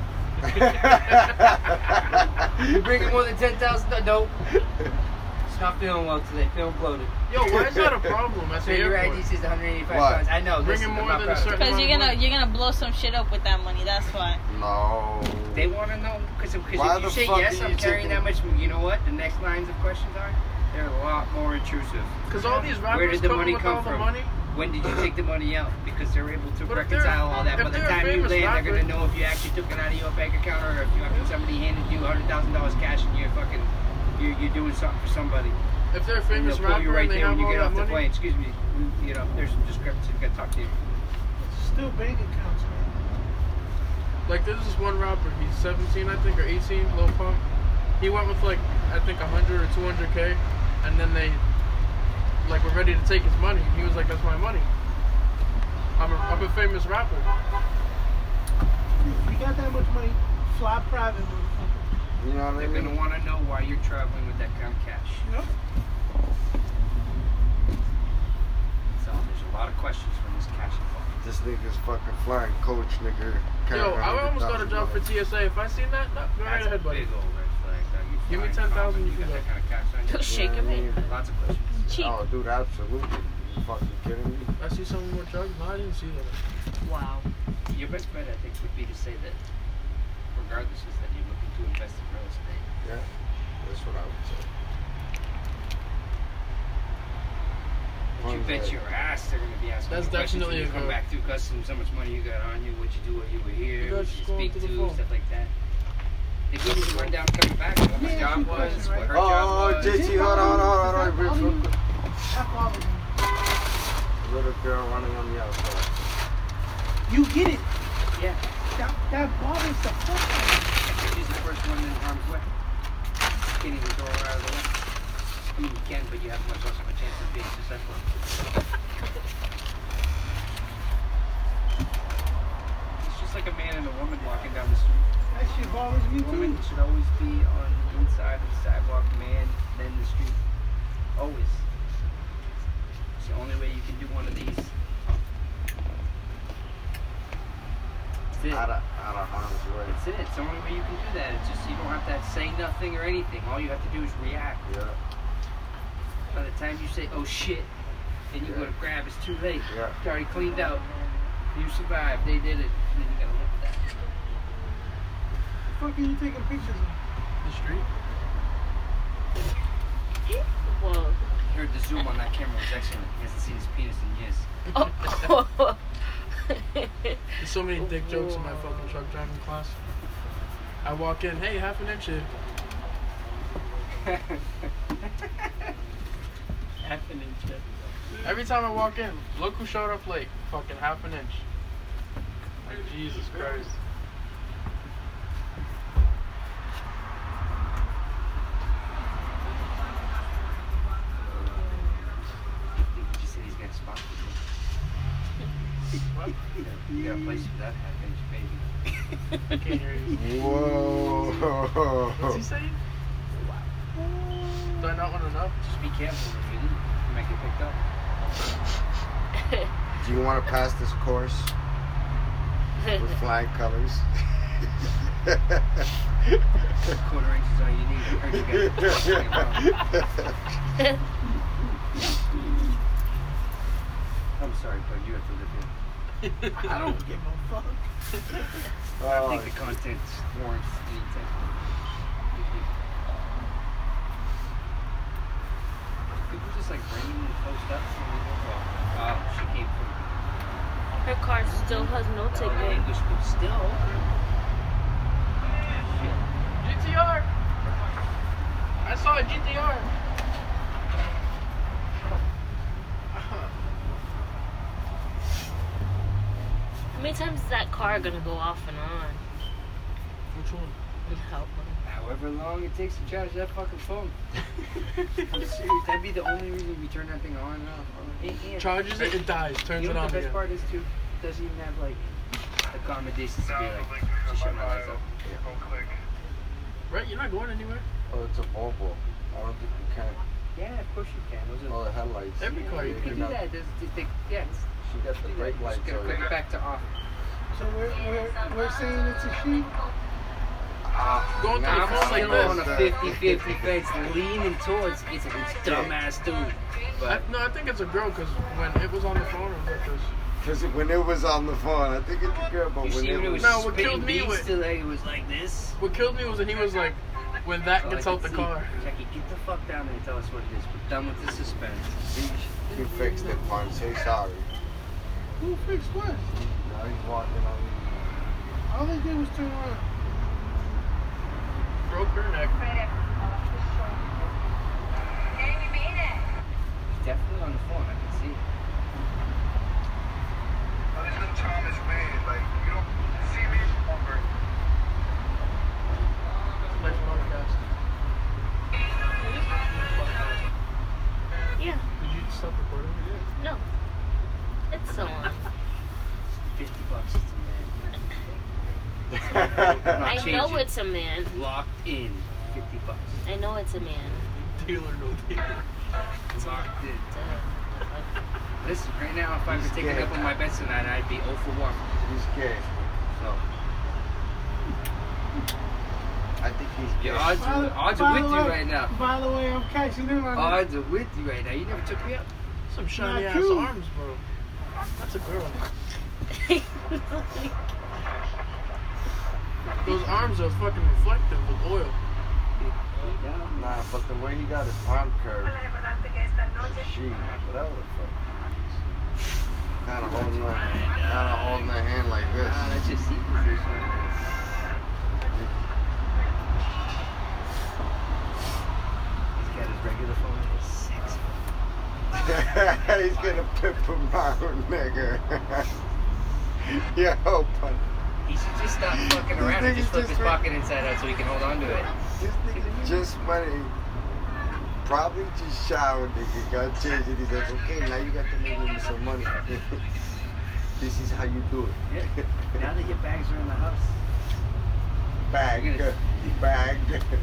You bringing more than ten thousand? No. It's not feeling well today. Feeling bloated.
Yo, why is that a problem at
So
the
your
airport?
ID says 185
What?
pounds. I know.
Bring
Listen,
in
I'm
more
not
than a
proud of it.
certain-
Because you're gonna you're gonna blow some shit up with that money. That's why.
no.
They want to know because if
Why the
you say
fuck are
yes,
you
I'm carrying
taking-
that much. You know what? The next lines of questions are they're a lot more intrusive.
Because all these rappers
Where did the
come
money
with
come
all the
from?
money.
When did you take the money out? Because they're able to
But if they're-
reconcile all that. By
if
the
they're a
time you
famous
land, they're gonna
rapper-
know if you actually took it out of your bank account or if you if somebody handed you hundred thousand dollars cash and you're fucking you're, you're doing something for somebody.
If they're a
And
famous
they'll pull you
rapper
right
and they
there
have
when you
all
get
that
off the
money,
plane. Excuse me. we- You know, there's some discrepancy. We gotta talk to you.
Still bank accounts, man.
like there's this one rapper, he's 17 I think or 18, Lil Pump. He went with like I think 100 or 200k, and then they like were ready to take his money. He was like, "That's my money. I'm a, I'm a famous rapper."
If you got that much money, fly private, motherfucker.
You know what I
They're gonna
mean?
want to know why you're traveling with that kind of cash.
Yep.
So there's a lot of questions from this cash involved.
This nigga's fucking flying coach, nigga.
Yo, I almost got a job for TSA. If I seen that, no, go right
That's a
ahead, buddy.
big old red flag. dog. You
Give me
flying
10,000,
common,
you
You got
can go.
that kind of cash on
He'll shake him in.
you. Lots of questions.
Cheek.
Oh, dude, absolutely. You fucking kidding me?
I see someone with drugs. No, I didn't see that.
Wow.
Your best bet, I think, would be to say that, regardless, is that you're looking to invest in real estate.
That's what I would say.
But you
One's
bet
like,
your ass they're gonna be asking
That's
you questions when you
definitely a
come
go.
back through customs. How much money you got on you? What you do while you were
You
here?
guys
What
just
you
go
speak
to
to?
the phone.
Stuff like that. They give you the rundown coming back. What my
Yeah,
job
you
was.
question,
What
right?
her
Oh,
job was.
JT, hold on, hold on, hold on. real
How do you-
quick.
That's all of them.
Little girl running on the outside.
You get it.
Yeah.
That, that bothers the fuck out of me.
She's the first one in harm's way. Can't even throw her out of the way. I mean, you can, but you have much less of a chance of being successful. it's just like a man and a woman walking down the street.
That shit bothers me
Women
too.
should always be on the inside of the sidewalk, man, then the street. Always. It's the only way you can do one of these. That's it.
Out of, out of harm's way.
That's it. It's the only way you can do that. It's just you don't have to say nothing or anything. All you have to do is react.
Yeah,
By the time you say, oh shit, and you go to grab, it's too late.
Yeah.
It's already cleaned out. You survived. They did it. Then you gotta look at that.
fuck are you taking pictures of?
The street.
Whoa.
I heard the zoom on that camera was excellent. He hasn't seen his penis in years.
Oh.
There's so many dick jokes in my fucking truck driving class. I walk in, hey, half an inch. here."
Half an inch.
Every time I walk in, look who showed up late. Fucking half an inch. Like, Jesus Christ.
Did you see these guys spot
What?
You got a place for that half inch, baby.
I can't hear you.
Whoa.
What's he saying? Do I not want to know?
Just be careful when you leave. You might get picked up.
Oh.
Do you want to pass this course with flying colors? Oh,
Quarter inch is all you need. I heard you guys were talking about. I'm sorry, but you have to live here.
I don't give a fuck.
I
oh,
think the content warrants any type of. People just like randomly post up. and we go, "Oh, Wow, she came from
Her car still has no
Or
ticket.
English, but still. Shit.
GTR! I saw a GTR!
How many times is that car gonna go off and on?
Which one?
Help him.
However long it takes to charge that fucking phone. I'm serious. That'd be the only reason we turn that thing on and off. And- and-
Charges it, it dies, turns
you know what
it on
the best
again.
part is too? Doesn't even have like accommodations to be like to shut my lights up.
Right? You're not going anywhere.
oh, it's a Volvo. I don't think you can.
Yeah, of course you can. Those
Oh,
are
the headlights.
Every car you
you can do that. There's, they, they, yeah, it's,
She got the
do
brake
that.
lights
Just gotta
on.
click it back to off.
So we're, we're, we're saying it's a sheep.
Ah,
Going
nah,
through the
I'm
phone
I'm
like
still
still
this.
on a 50-50 fence, leaning towards it's a dumbass dude.
I,
But
no, I think it's a girl because when it was on the phone, it was like this.
Cause when it was on the phone, I think it's a girl, but
you
when
see when it was
No, what
spitting
killed me
beats
was-
to like it was like this.
What killed me was that he was like, when that
All I
gets
could
out the
see,
car.
Jackie, get the fuck down and tell us what it is. We're done with the suspense.
you fixed it, Vaughn. Say sorry.
Who fixed what?
Now he's walking on.
All they did was turn around.
Broke her neck.
He's definitely on the phone. I can see. it.
Nice podcast.
Not
I know
changing.
it's a man.
Locked in. 50 bucks.
I know it's a man.
Dealer, no dealer.
Locked in.
Duh.
Listen, right now, if I was taking up on my bets tonight, I'd be 0 for 1.
He's gay.
So,
I think he's gay.
your odds,
By the-
are- odds
by
are with
the
you
way-
right now.
By the way, I'm cashing in on that.
Odds are with you right now. You never took me up.
Some shiny ass
cool.
arms, bro. That's a girl. Those arms are fucking reflective with oil.
Nah, but the way he got his arm curved. She, whatever the fuck. Kinda holding the, kinda holding the hand like this.
Nah, that's just seat position. He's got his regular phone. It's sexy.
He's gonna pimp him out, nigga. Yo, but
He should just stop fucking
This
around and
nigga's
just flip
just
his
right-
pocket inside out so he can hold on to it.
this nigga just money. Probably just showered, nigga. Got changed, and he's like, okay, now you got to make me some money. this is how you do it.
Now that your bags are in the house,
Bag,
You're
bag.
Turn your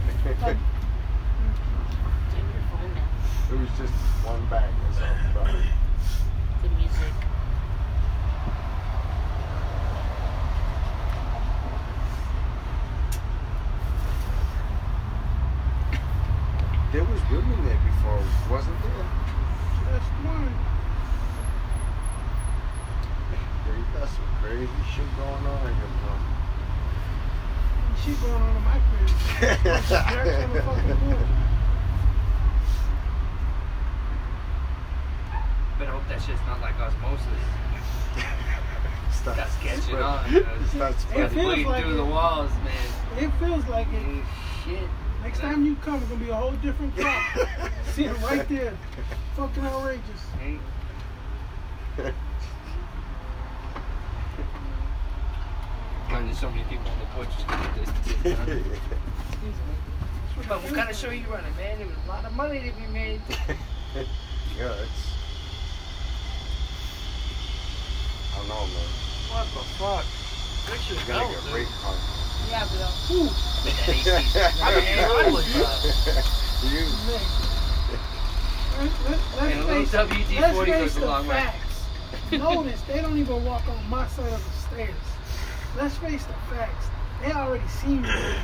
phone down.
it was just one bag or something, probably.
The music.
There was women there before, wasn't there?
That's one.
Yeah, you got some crazy shit going on in your bro.
She going on my crib. Jerks on the fucking floor.
better hope that shit's not like osmosis.
Stop.
That's catching
spread-
on, dude.
Stop
It's
spreading.
feels
bleeding
like
through
it.
the walls, man.
It feels like it.
Mm, Shit.
Next time you come, it's gonna be a whole different crowd. See it right there. Fucking outrageous.
Ain't Man, there's so many people on the porch. Just get this shit done. But what kind of show you running, man? There was a lot of money to be made.
yeah, it's. I don't know, man.
What the fuck? That shit
You gotta
felt,
get
dude.
rate card.
Yeah, bro.
uh,
you.
Let- let-
And a little
Let's face, let's
WD-40
face
goes a
the
long way.
facts. Notice they don't even walk on my side of the stairs. Let's face the facts. They already seen me.
They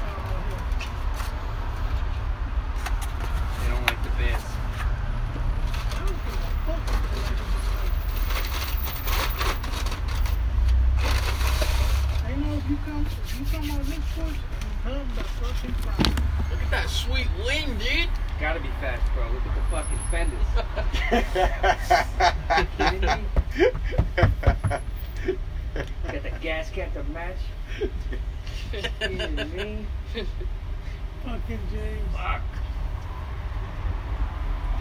don't like the bands.
They know if you come, if you come on this porch, I'm done by fucking Friday.
Look at that sweet wing, dude.
Gotta be fast, bro. Look at the fucking fenders. kidding me? Got the gas cap to match. Kidding me?
Fucking James.
Fuck.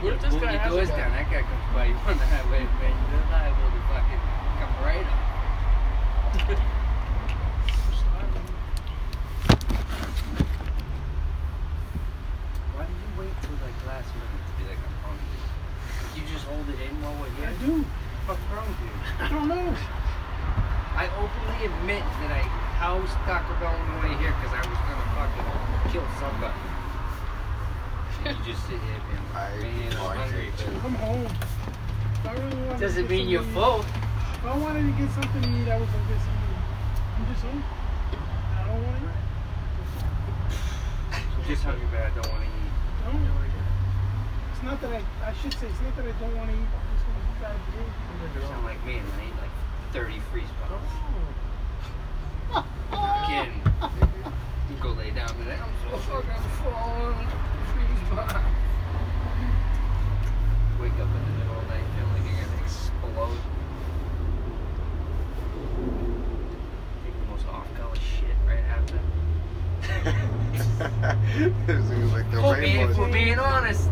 What if this
Move
guy
your
has
doors
a
down. That guy comes by you on the highway, man. You're not able to fucking come right up. Why do you wait till like last minute to be like, I'm hungry? You just hold it in while we're
I
here?
do.
What's wrong with you?
I don't know.
I openly admit that I housed Taco Bell on the way here because I was gonna fucking kill somebody. And you just sit here being
I
like, man, I'm
like
hungry.
it
but-"
too.
I'm home. If I really wanted
Doesn't
to get
mean you're
something to
full.
eat- If I wanted to get something to eat, I was gonna get something to eat. I'm just home. I don't want to eat.
I'm just hungry, but I don't want to eat.
I don't want to eat. It's not that I, I should say, it's not that I don't want to eat. I'm just gonna try to do it.
You sound like me, and I ate like 30 freeze pops.
Oh,
Again, you go lay down today. I'm so fucking full. Freeze pops. Wake up in the middle of the night feeling like you're gonna explode. Take the most off-color shit right after.
this is like the
Well, man, if we're
rainbow.
being honest,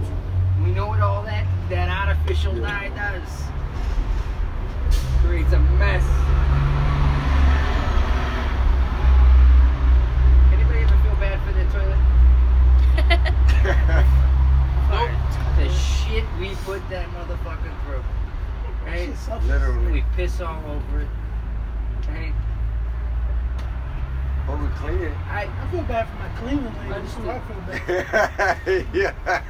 we know what all that that artificial
Yeah.
dye does. Creates a mess. Anybody ever feel bad for their toilet?
Nope.
The shit we put that motherfucker through.
That
Right?
shit sucks.
Literally.
We piss all over it. Right?
But we clean it.
I,
I feel bad for my cleaning lady. That's who I feel bad.
yeah.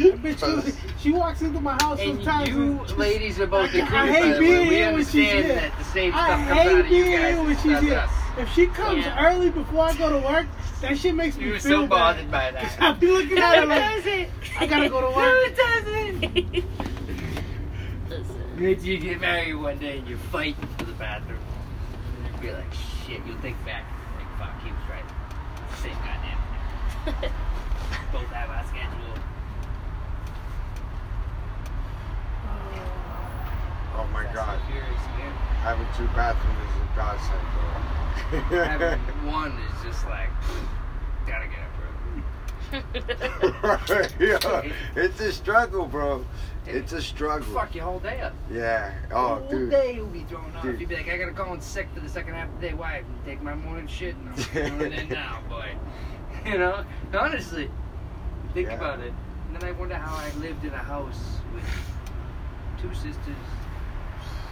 I bet you, she walks into my house
and
sometimes.
you
and
ladies are both the
I
creeps,
hate
by the
being
way. We
here when she's
understand
here.
that the same
I
stuff comes out
hate
of you
being
guys.
here when
It's
she's
not
here.
us.
If she comes
Yeah.
early before I go to work, that shit makes me
You were
feel
so
bad.
bothered by that.
I'll be looking at her like, I gotta go to work.
doesn't? Listen.
If you get married one day and you're fighting for the bathroom, you'll be like, shit, you'll think back. Like, fuck, he was right. Same goddamn thing. Both have our schedule.
Oh my
That's
god.
the fear experience.
Having two bathrooms is a godsend, bro.
Having one is just like, gotta get up early.
yeah, it's a struggle, bro. It's a struggle.
Fuck your whole day up.
Yeah. Oh,
whole
dude.
day will be thrown off.
Dude.
You'll be like, I gotta go in sick for the second half of the day. Why? I can Take my morning shit and I'm doing it now, boy. You know? Honestly, think
Yeah.
about it. And then I wonder how I lived in a house with two sisters,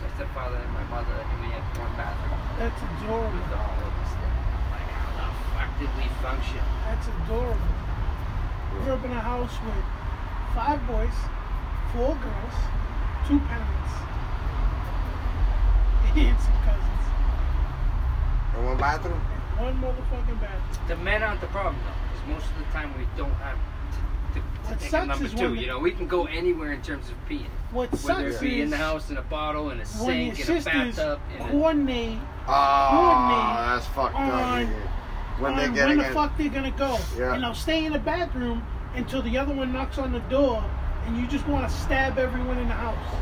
my stepfather and my mother, and we had one bathroom
That's adorable.
with all of us there. Like, how the fuck did we function?
That's adorable. Grew up in a house with five boys, four girls, two parents, and some cousins,
In one bathroom?
and one motherfucking bathroom.
The men aren't the problem though, because most of the time we don't have to, to,
What
to take a
sucks
number
is
two.
when the-
You know, we can go anywhere in terms of peeing.
What
Whether
sucks
it be in
is
the house, in a bottle, in a
when
sink,
your
in a
sisters
bathtub, in a
coordinate
Oh, that's fucked up.
on-
nigga. When they
on
get
when the
again-
fuck they're gonna go.
Yeah.
And they'll stay in the bathroom until the other one knocks on the door, and you just want to stab everyone in the house.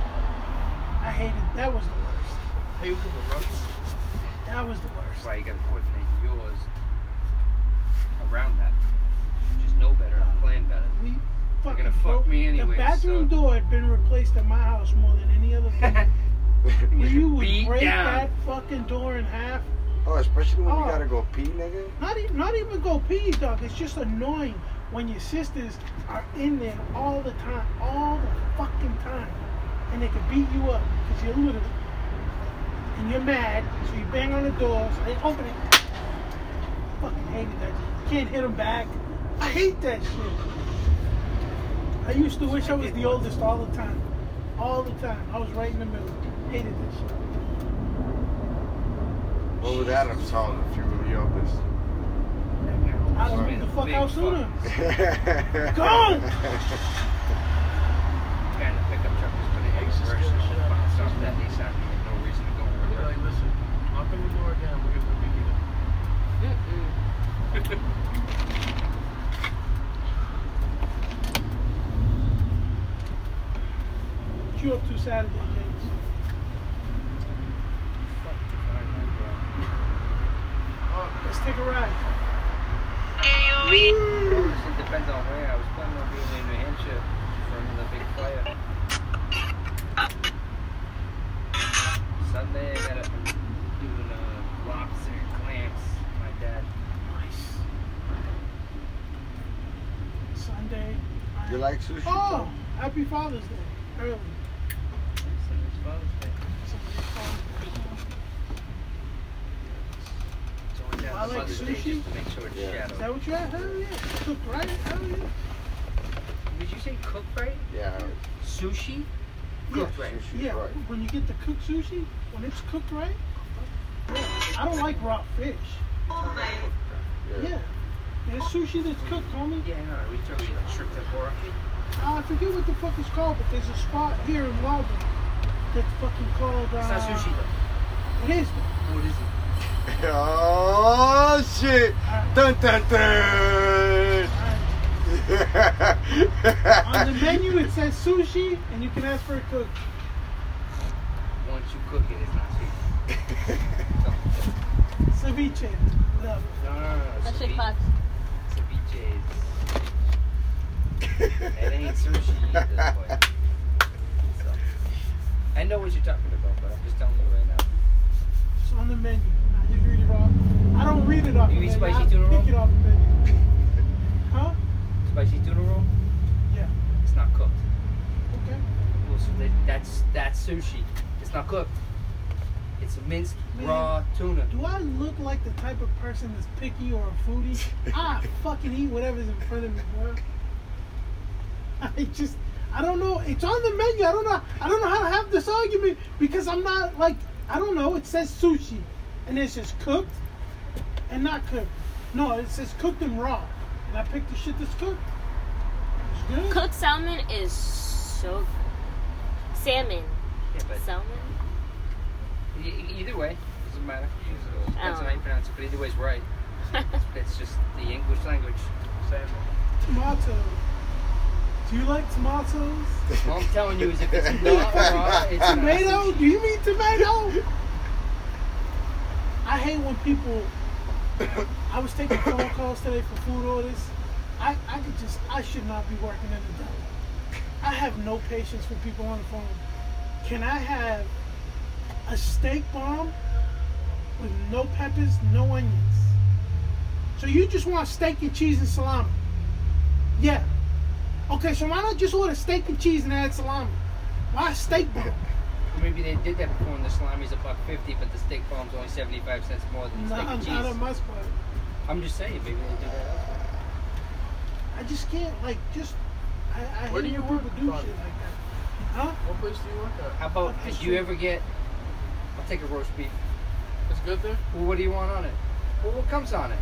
I hated. That was the worst.
Hey, you can go rush.
That was the
That's
worst.
why you gotta coordinate yours around that. Just know better and plan better.
We
You're
fucking
gonna fuck
broke-
me
The
anyway,
bathroom
so-
door had been replaced at my house more than any other thing. you would
Beat
break
down.
that fucking door in half.
Oh, especially when you
Oh.
gotta go pee, nigga.
Not even, not even go pee, dog. It's just annoying when your sisters are in there all the time, all the fucking time, and they can beat you up because you're little and you're mad, so you bang on the door, so they open it. Fucking hated that. shit. Can't hit them back. I hate that shit. I used to wish I was the oldest all the time, all the time. I was right in the middle. Hated that shit.
What would that have told if you were the oldest?
I don't beat the fuck
Big
out sooner.
Go!
Kind of pickup truck is gonna
Eggs is
reverse and
good.
shit, bounce off that Nissan. You have no reason to go
Be
over
like,
it.
listen, knock on the door again. We're gonna be here.
Mm-mm.
What you up to Saturday, James? Let's take a ride.
It depends on where. I was planning on being in New Hampshire from the big fire. Sunday I got up and doing uh, lobster and clams. My dad.
Nice. Sunday.
You like sushi?
Oh, happy Father's Day. Early.
Sunday's Father's Day.
Somebody's calling.
So I went down
I
to
like
Mother's Day
sushi.
just to make sure it's
Yeah.
Is
shadowed.
that what you had? Hell yeah. Cooked right? Hell yeah.
Did you say cook right?
Yeah.
Sushi?
Yeah.
Cooked right.
Sushi,
Yeah,
right.
when you get the cooked sushi, when it's cooked right, yeah. I don't like raw fish.
Yeah.
Yeah. There's sushi that's cooked, homie.
Yeah, no, we took a trip to Bora.
Uh, I forget what the fuck it's called, but there's a spot here in Walden that's fucking called. Uh,
It's not sushi though.
It is.
What is it?
Oh, shit. Dun, dun, dun.
Alright. On the menu, it says sushi, and you can ask for it cooked.
Once you cook it, it's not sushi.
Ceviche. Love.
No, no, no. no.
That shit
Ah, Ceviche-
claps.
Ceviche is- That ain't sushi either, boy. So, I know what you're talking about, but I'm just telling you right now.
It's on the menu. I just read it off. I don't read it off
You
the
eat
menu.
spicy
I
tuna roll?
pick it off the menu. Huh?
Spicy tuna roll?
Yeah.
It's not cooked.
Okay.
Well, so that, that's that's sushi. It's not cooked. It's minced
Man.
raw tuna.
Do I look like the type of person that's picky or a foodie? I fucking eat whatever's in front of me, bro. I just, I don't know. It's on the menu. I don't know. I don't know how to have this argument because I'm not like, I don't know. It says sushi, and it says cooked, and not cooked. No, it says cooked and raw, and I picked the shit that's cooked. It's good.
Cooked salmon is so good. Salmon.
Yeah, but
Salmon?
e- e- either way, doesn't matter. Depends on
Oh.
how you pronounce it, but either way's right. It's just the English language.
Tomato. Do you like tomatoes?
All I'm telling you is if it's not raw, it's not.
Tomato? Do you mean tomato? I hate when people. I was taking phone calls today for food orders. I, I could just, I should not be working in the deli. I have no patience for people on the phone. Can I have a steak bomb with no peppers, no onions? So you just want steak and cheese and salami? Yeah. Okay, so why not just order steak and cheese and add salami? Why steak bomb?
Or Maybe they did that before and the salami's a buck fifty, but the steak bomb's only seventy-five cents more than the
Nah,
steak and
I'm not on
cheese.
my spot.
I'm just saying, maybe they do that.
I just can't like just. I, I
Where
hate
do you
when people
work,
do
Bobby?
shit like that. Huh?
What place do you work at?
How about,
Okay,
do you
sure.
ever get, I'll take a roast beef.
It's good there?
Well, what do you want on it? Well, what comes on it?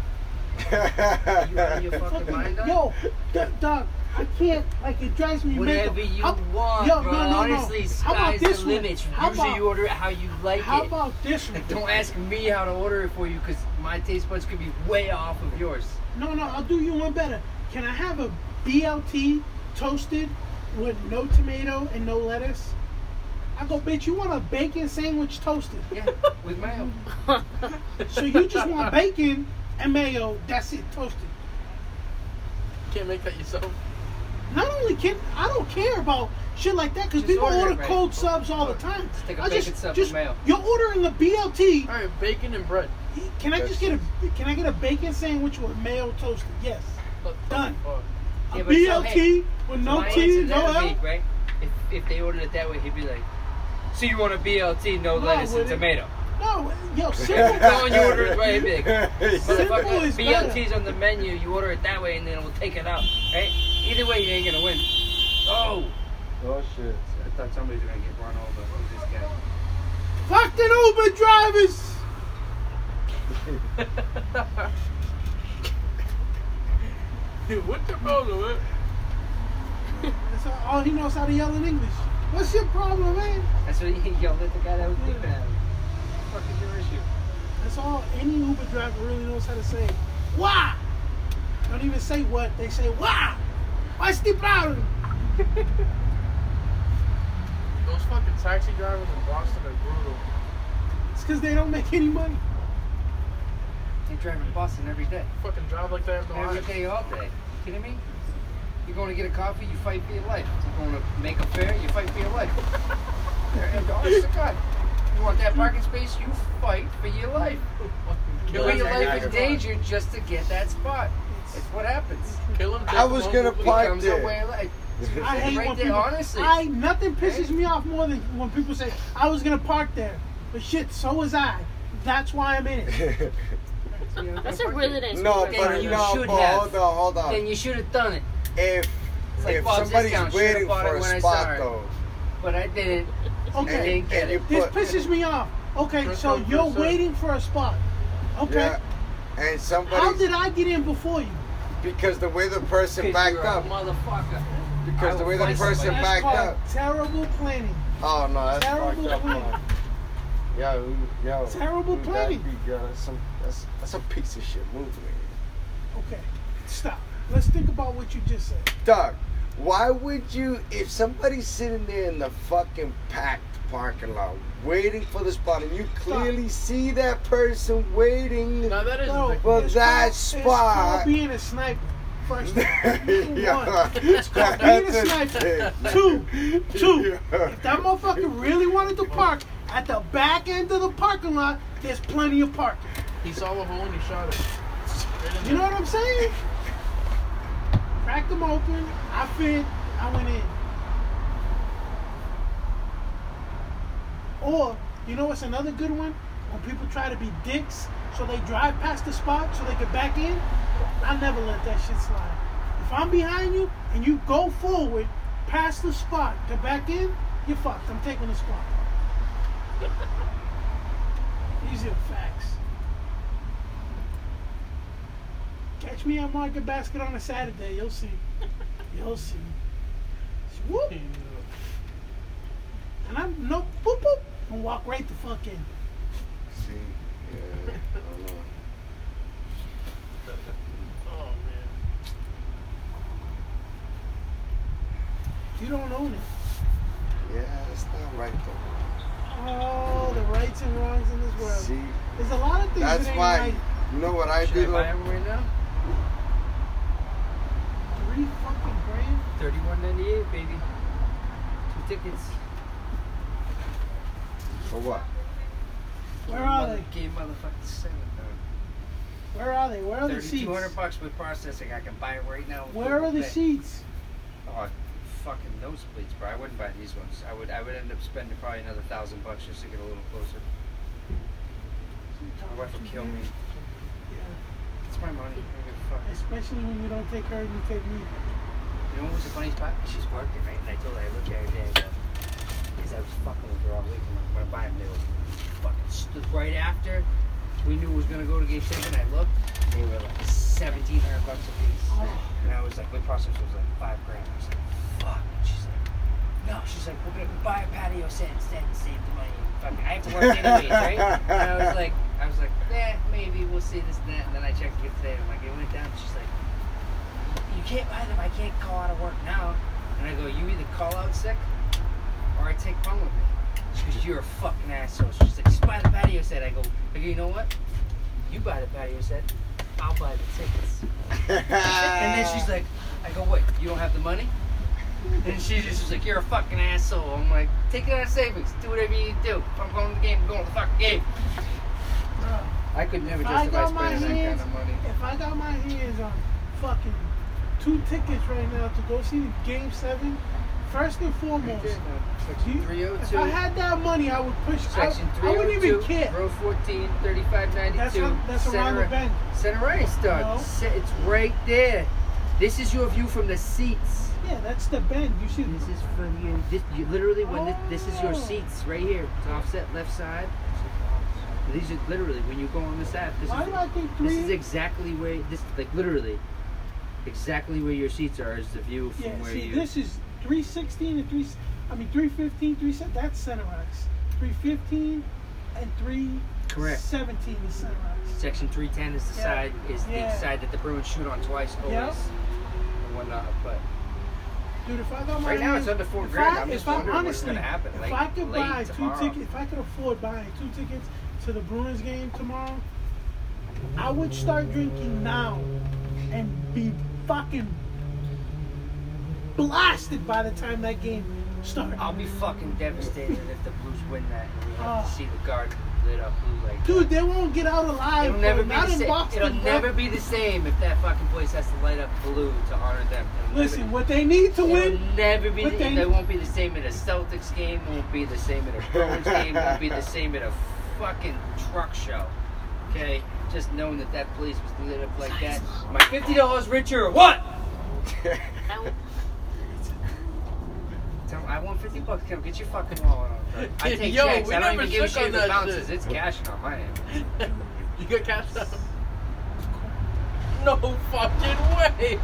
You out of your fucking mind on?
Yo, d- dog, I can't. Like it drives me
Whatever
mental.
you
How-
want,
yo,
bro.
No, no, no.
Honestly,
how about
sky's
this
the
one?
limit.
How
Usually
about,
you order it how you like
How
it.
about this one?
Like, don't ask me how to order it for you because my taste buds could be way off of yours.
No, no, I'll do you one better. Can I have a BLT toasted with no tomato and no lettuce? I go, bitch. You want a bacon sandwich toasted?
Yeah, with mayo.
So you just want bacon and mayo? That's it, toasted.
Can't make that yourself.
Not only can I don't care about shit like that because
Just
people
order it,
order
right?
cold subs all the time.
Just take a
I
bacon
just,
sub
just
with mayo.
you're ordering a BLT.
Alright, bacon and bread.
Can I just get a can I get a bacon sandwich with mayo toasted? Yes.
What the
Done.
fuck?
A
Yeah, but so,
BLT
hey,
with
So
no
my
tea,
answer
no
that would
L.
Be, right? If, if they ordered it that way, he'd be like, "So you want a BLT, no
No,
lettuce and
wouldn't.
tomato?"
No, yo,
No,
simple.
you order it right big.
Simple
Motherfucker,
is
BLT's on the menu. You order it that way, and then we'll take it out. Right? Either way, you ain't gonna win. Oh!
oh shit.
I thought somebody was gonna get run over. Who's this guy?
Fucking Uber drivers.
Dude, what the hell is it?
That's all- all he knows how to yell in English. What's your problem, man?
That's what he yelled at the guy that was leaving at him. What the fuck is your issue?
That's all any Uber driver really knows how to say. Why? Don't even say what. They say why. Why the problem?
Those fucking taxi drivers in Boston are brutal.
It's because they don't make any money.
They drive to Boston every day.
Fucking drive like they have no
Every
eyes.
day, all day. You kidding me? You're going to get a coffee, you fight for your life. You're going to make a fare, you fight for your life. And honest to God, you want that parking space, you fight for your life. You
Kill
put
him,
your
take
life in
him.
danger just to get that spot. It's what happens.
Kill him.
I was gonna
It
Park
becomes a
there.
way of life.
I hate
right
when
there,
people.
honestly.
I nothing pisses me off more than when people say I was gonna park there, but shit, so was I. That's why I'm in it.
You know,
That's a
fuck
really
it.
nice
no,
Then
but
you
no,
should
but
have.
hold on, hold
Then
on.
you should have done it,
If
like
if
Bob's
somebody's
discount, should've
waiting
bought it
for a
when I saw
spot
it.
though,
but I didn't. I
Okay,
didn't get
and you
it.
this
put
pisses me off. Okay,
Dress
so
up,
you're
dress up.
waiting for a spot. Okay,
uh, yeah, and
how did
somebody
I get in before you?
because the way the person backed
You're a
up,
motherfucker. I
because the
will
way the
find
person
somebody.
That's
backed
called
up.
terrible planning.
Oh no, that's
Terrible
fucked up.
planning.
man. Yo, who- yo.
Terrible
who that
planning.
be, yo? That's some that's that's a piece of shit move, man.
Okay, stop. Let's think about what you just said.
Doug, why would you, if somebody's sitting there in the fucking packed parking lot waiting for the spot and you clearly see that person waiting,
Now that is
No,
ridiculous.
Well,
it's
that
called- It's
spot-
called being a sniper. First,
Yeah.
one. It's called being a
That's a
sniper.
thing.
Two, two.
Yeah.
If that motherfucker really wanted to park at the back end of the parking lot, there's plenty of parking.
He saw a hole and he shot it. Right in
You know
there.
what I'm saying? Cracked them open. I fit. I went in. Or You know what's another good one? When people try to be dicks, so they drive past the spot so they can back in. I never let that shit slide. If I'm behind you and you go forward past the spot to back in, you're fucked. I'm taking the spot. These are facts. Catch me at Market Basket on a Saturday. You'll see. You'll see. Whoop. And I'm no boop boop and walk right the fuck in.
See? Yeah. I don't know.
Oh man.
You don't own it.
Yeah, it's not right though.
Oh, the rights and wrongs in this world.
See?
There's a lot of things
That's
that ain't
why.
right.
You know what I do
Should I buy
though?
them right now?
Three fucking grand.
Thirty-one ninety-eight, baby. Two tickets.
For what?
Where are they?
Gave motherfucking seven.
Where are they? Where are the seats?
Thirty-two hundred bucks with processing. I can buy it right now.
Where are the
Hey.
seats?
Oh, fucking nosebleeds, bro. I wouldn't buy these ones. I would, I would end up spending probably another thousand bucks just to get a little closer. My wife would kill me.
Yeah.
It's my money. I don't give a fuck.
Especially when you don't take her and you take me.
You know what was the funniest part? She's working, right? And I told her I look at her every day. Because I was fucking with her all week. I'm like, when I buy them, they were fucking stood right after. We knew it was gonna go to get taken. I looked. They were like seventeen hundred bucks a piece.
Oh.
And I was like, with process was like five grand. I was like, fuck. And she's like, no. She's like, we're gonna buy a patio set instead and save the money. Fuck, I have to work anyways, right? And I was like, I was like, eh, maybe we'll see this and that. And then I checked it today. And I'm like, it went down. She's like, you can't buy them. I can't call out of work now. And I go, you either call out sick or I take fun with it. She goes, you're a fucking asshole. She's like, just buy the patio set. I go, I go, you know what? You buy the patio set. I'll buy the tickets. And then she's like, I go, what? You don't have the money? And she's just she's like, you're a fucking asshole. I'm like, take it out of savings. Do whatever you need to do. If I'm going to the game, I'm going to the fucking game.
Bruh,
I could never
If I
justify
got my
spending that kind
hands,
of money.
if I got my hands on fucking two tickets right now to go see Game Seven, first and foremost,
Section
you- if I
302.
had that money, I would push.
Section
I, I wouldn't
302,
even care.
row 14,
That's
3592.
a, that's around the
center,
bend.
center ice
No.
done. It's right there. This is your view from the seats.
Yeah, that's the bend. You see,
This is for you. This, you literally when thi- this, is your
Oh.
seats right here. It's offset left side. These are literally when you go on this app. This
why do I
is
think
this is
three?
exactly where this like literally exactly where your seats are is the view from
Yeah,
where
see,
you.
this is 316 and 3, I mean 315, 3, that's center racks. 315 and 317 is center racks.
Section 310 is the
Yeah.
side is
Yeah.
the side that the Bruins shoot on twice always
Yeah.
and whatnot. But
Dude, if I got my
right now it's
hands-
under four
if
grand.
I,
I'm just
if I,
wondering
honestly,
what's gonna happen.
If
like,
I could
late
buy
tomorrow.
two tickets, if I could afford buying two tickets to the Bruins game tomorrow, I would start drinking now and be fucking blasted by the time that game starts.
I'll be fucking devastated if the Blues win that. And we have
Oh.
to see the garden lit up blue like.
Dude, they won't get out alive.
It'll
bro.
never be
Not
the
in
same.
Boston,
It'll
bro.
never be the same if that fucking place has to light up blue to honor them. It'll
Listen,
never,
what they need to
it'll
win.
never be.
what
The,
they-
they won't be the same at a Celtics game. Won't be the same at a Bruins game. Won't be the same at a fucking truck show. Okay, just knowing that that place was lit up like that. My fifty dollars richer. or What?
I w-
Tell 'em, I want fifty bucks. Come get your fucking wallet. On. I take
Yo,
checks.
we
I don't
never
even give a
took on
shit if
that
it bounces.
shit.
It's cash on my end.
you got cashed out. No fucking way.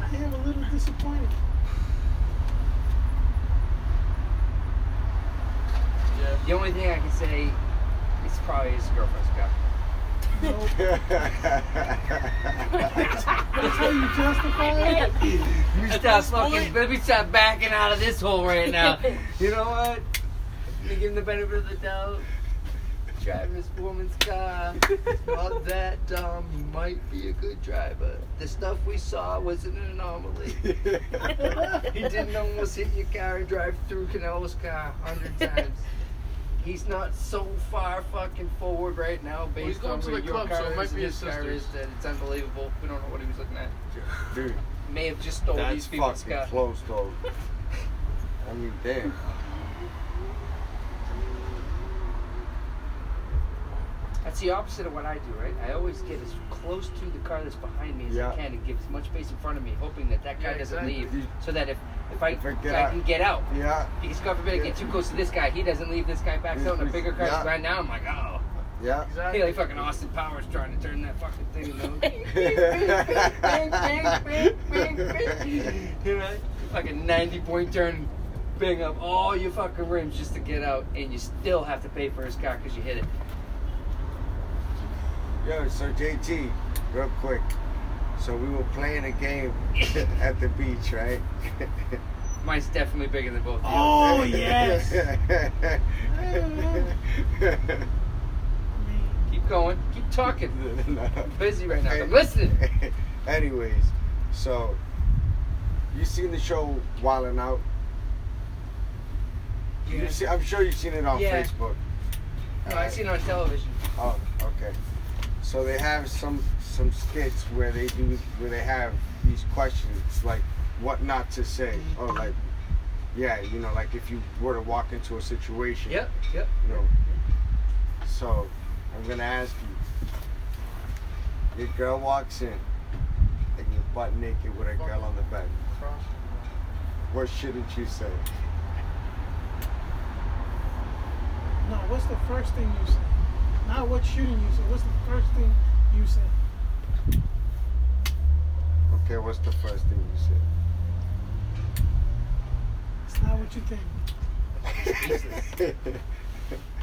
I am a little disappointed.
Yeah.
The only thing I can say is probably his girlfriend's got.
No, that's how you justify it.
You stop fucking. Let me stop backing out of this hole right now. you know what? You give him the benefit of the doubt. Drive this woman's car. It's Not that dumb. He might be a good driver. The stuff we saw was an anomaly. He didn't almost hit your car and drive through Canelo's car a hundred times. He's not so far fucking forward right now
Well, he's
based
going
on
to
where
the
your
club,
car
so it
is
might
and
be
his
his
car
sister's.
is that it's unbelievable. We don't know what he was looking at.
Dude,
may have just stole
That's
these people's
fucking
car.
close, though. I mean, damn.
That's the opposite of what I do, right? I always get as close to the car that's behind me as
Yeah.
I can and give as much space in front of me, hoping that that guy
Yeah,
doesn't
exactly.
leave, so that if if I,
If I
I
get out-
can get out.
Yeah,
Because God forbid I get too close to this guy, he doesn't leave. This guy backs out, and a bigger car's
Yeah.
right now. I'm like, oh,
yeah.
Exactly.
hey, like fucking Austin Powers trying to turn that fucking thing. You know? you know, fucking 90 point turn, bang up all your fucking rims just to get out, and you still have to pay for his car because you hit it.
Yo, so JT, real quick. So we were playing a game at the beach, right?
Mine's definitely bigger than both of yours.
Oh, yes.
Keep going, keep talking. I'm busy right now. I'm listening.
Anyways, so you seen the show Wildin' Out? You see, I'm sure you've seen it on
Yeah.
Facebook.
No, I've seen it on television.
Oh, okay. So they have some some skits where they do where they have these questions like what not to say or like yeah you know like if you were to walk into a situation
Yep, yep.
you know. So I'm gonna ask you. Your girl walks in and you're butt naked with a girl on the bed. What shouldn't you say?
No, what's the first thing you say? Not what shouldn't you say. What's the first thing you say?
Okay, what's the first thing you say?
It's not what you think.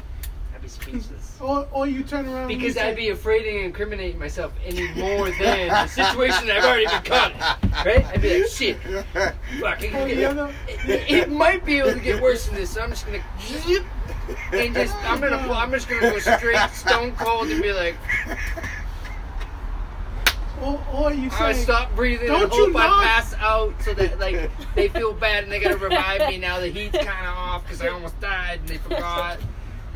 I'd be speechless.
Or, or you turn around and
Because
you
I'd
say,
be afraid to incriminate myself any more than the situation that I've already been caught in. Right? I'd be like, shit, fuck. It,
Oh,
it-
the other-
it- it might be able to get worse than this, so I'm just gonna zip, and just I'm gonna pull, I'm just gonna go straight stone cold and be like,
Or, or you
I
say,
stop breathing
Don't
and
you
hope I
know?
pass out so that like they feel bad and they gotta revive me now. The heat's kind of off because I almost died and they forgot.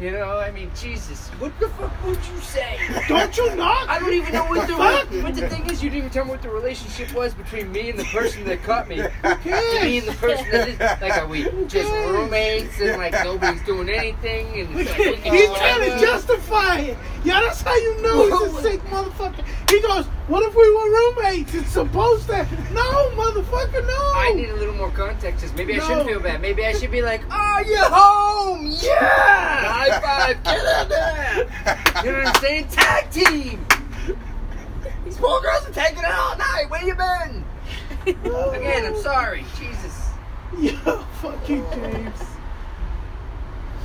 You know, I mean, Jesus, what the fuck would you say?
don't you knock?
I don't even know what the but the thing is, you didn't even tell me what the relationship was between me and the person that caught me. me and the person that did, like are we just roommates and like nobody's doing anything and it's like, we can
He's
go
trying to
out.
justify it. Yeah, that's how you know he's a sick motherfucker. He goes, "What if we were roommates? It's supposed to." No, motherfucker, no.
I need a little more context. 'cause Maybe I shouldn't
Oh. No.
feel bad. Maybe I should be like, "Are you home? Yeah, high five, get in there." You know what I'm saying? Tag team. These poor girls are taking it all night. Where you been?
Oh.
Again, I'm sorry. Jesus.
Yo, fucking James.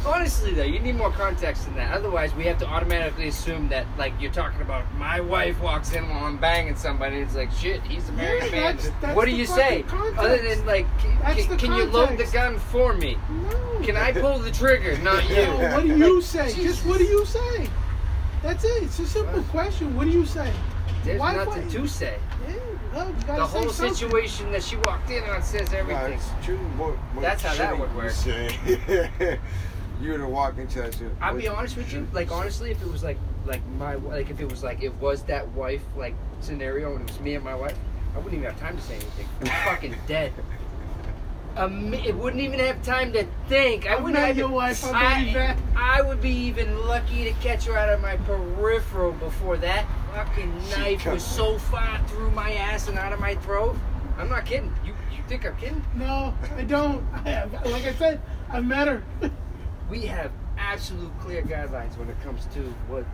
Honestly, though, you need more context than that. Otherwise, we have to automatically assume that, like, you're talking about my wife walks in while I'm banging somebody. It's like, shit, he's a married
Yeah,
man.
that's- that's
what do
the
you say?
fucking
Other
context.
than, like, c-
That's
can,
the
can you load the
context.
gun for me?
No.
Can I pull the trigger? Not you.
Yo, what do you say?
Jesus.
Just what do you say? That's it. It's a simple question. What do you say?
There's
Why-
nothing
why-
to say.
Yeah, no, you
The
gotta say
whole
something.
situation that she walked in on says
No,
everything.
it's true. What, what
That's how that would work.
shouldn't You say? You would've walked into that shit.
I'll be
What
honest with you.
should
Like
say?
honestly, if it was like like my like if it was like it was that wife like scenario and it was me and my wife, I wouldn't even have time to say anything. I'm fucking dead. Um, it wouldn't even have time to think. I
I'm
wouldn't
not
have
your wife, I'll believe
I,
that.
I would be even lucky to catch her out of my peripheral before that fucking
She
knife
cut
was so far through my ass and out of my throat. I'm not kidding. You you think I'm kidding?
No, I don't. I, like I said, I met her.
we have absolute clear guidelines when it comes to what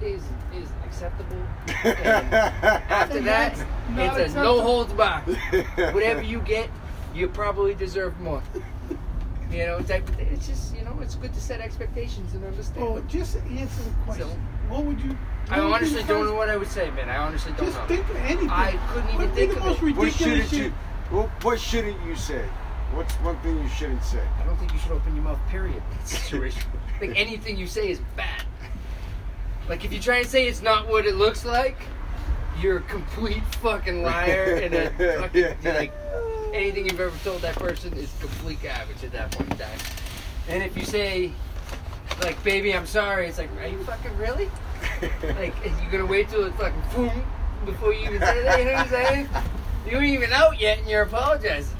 is is acceptable. And after that,
Not
it says
acceptable.
no holds barred. Whatever you get, you probably deserve more. You know, type of thing. It's just you know, it's good to set expectations and understand.
Oh, just answer the question. what would you?
I
what would be
honestly
the
don't
first-
know what I would say, man. I honestly don't
Just
know.
think of anything.
I couldn't even
What'd be
think
the
of
most
it.
What
ridiculous
shouldn't
shit?
you? What, what shouldn't you say? What's one thing you shouldn't say?
I don't think you should open your mouth. Period. in that Situation. like anything you say is bad. Like if you try and say it's not what it looks like, you're a complete fucking liar and a fucking
Yeah.
like anything you've ever told that person is complete garbage at that point in time. And if you say like baby I'm sorry, it's like are you fucking really? Like you're gonna wait till it's fucking boom before you even say that, you know what I'm saying? You weren't even out yet, and you're apologizing.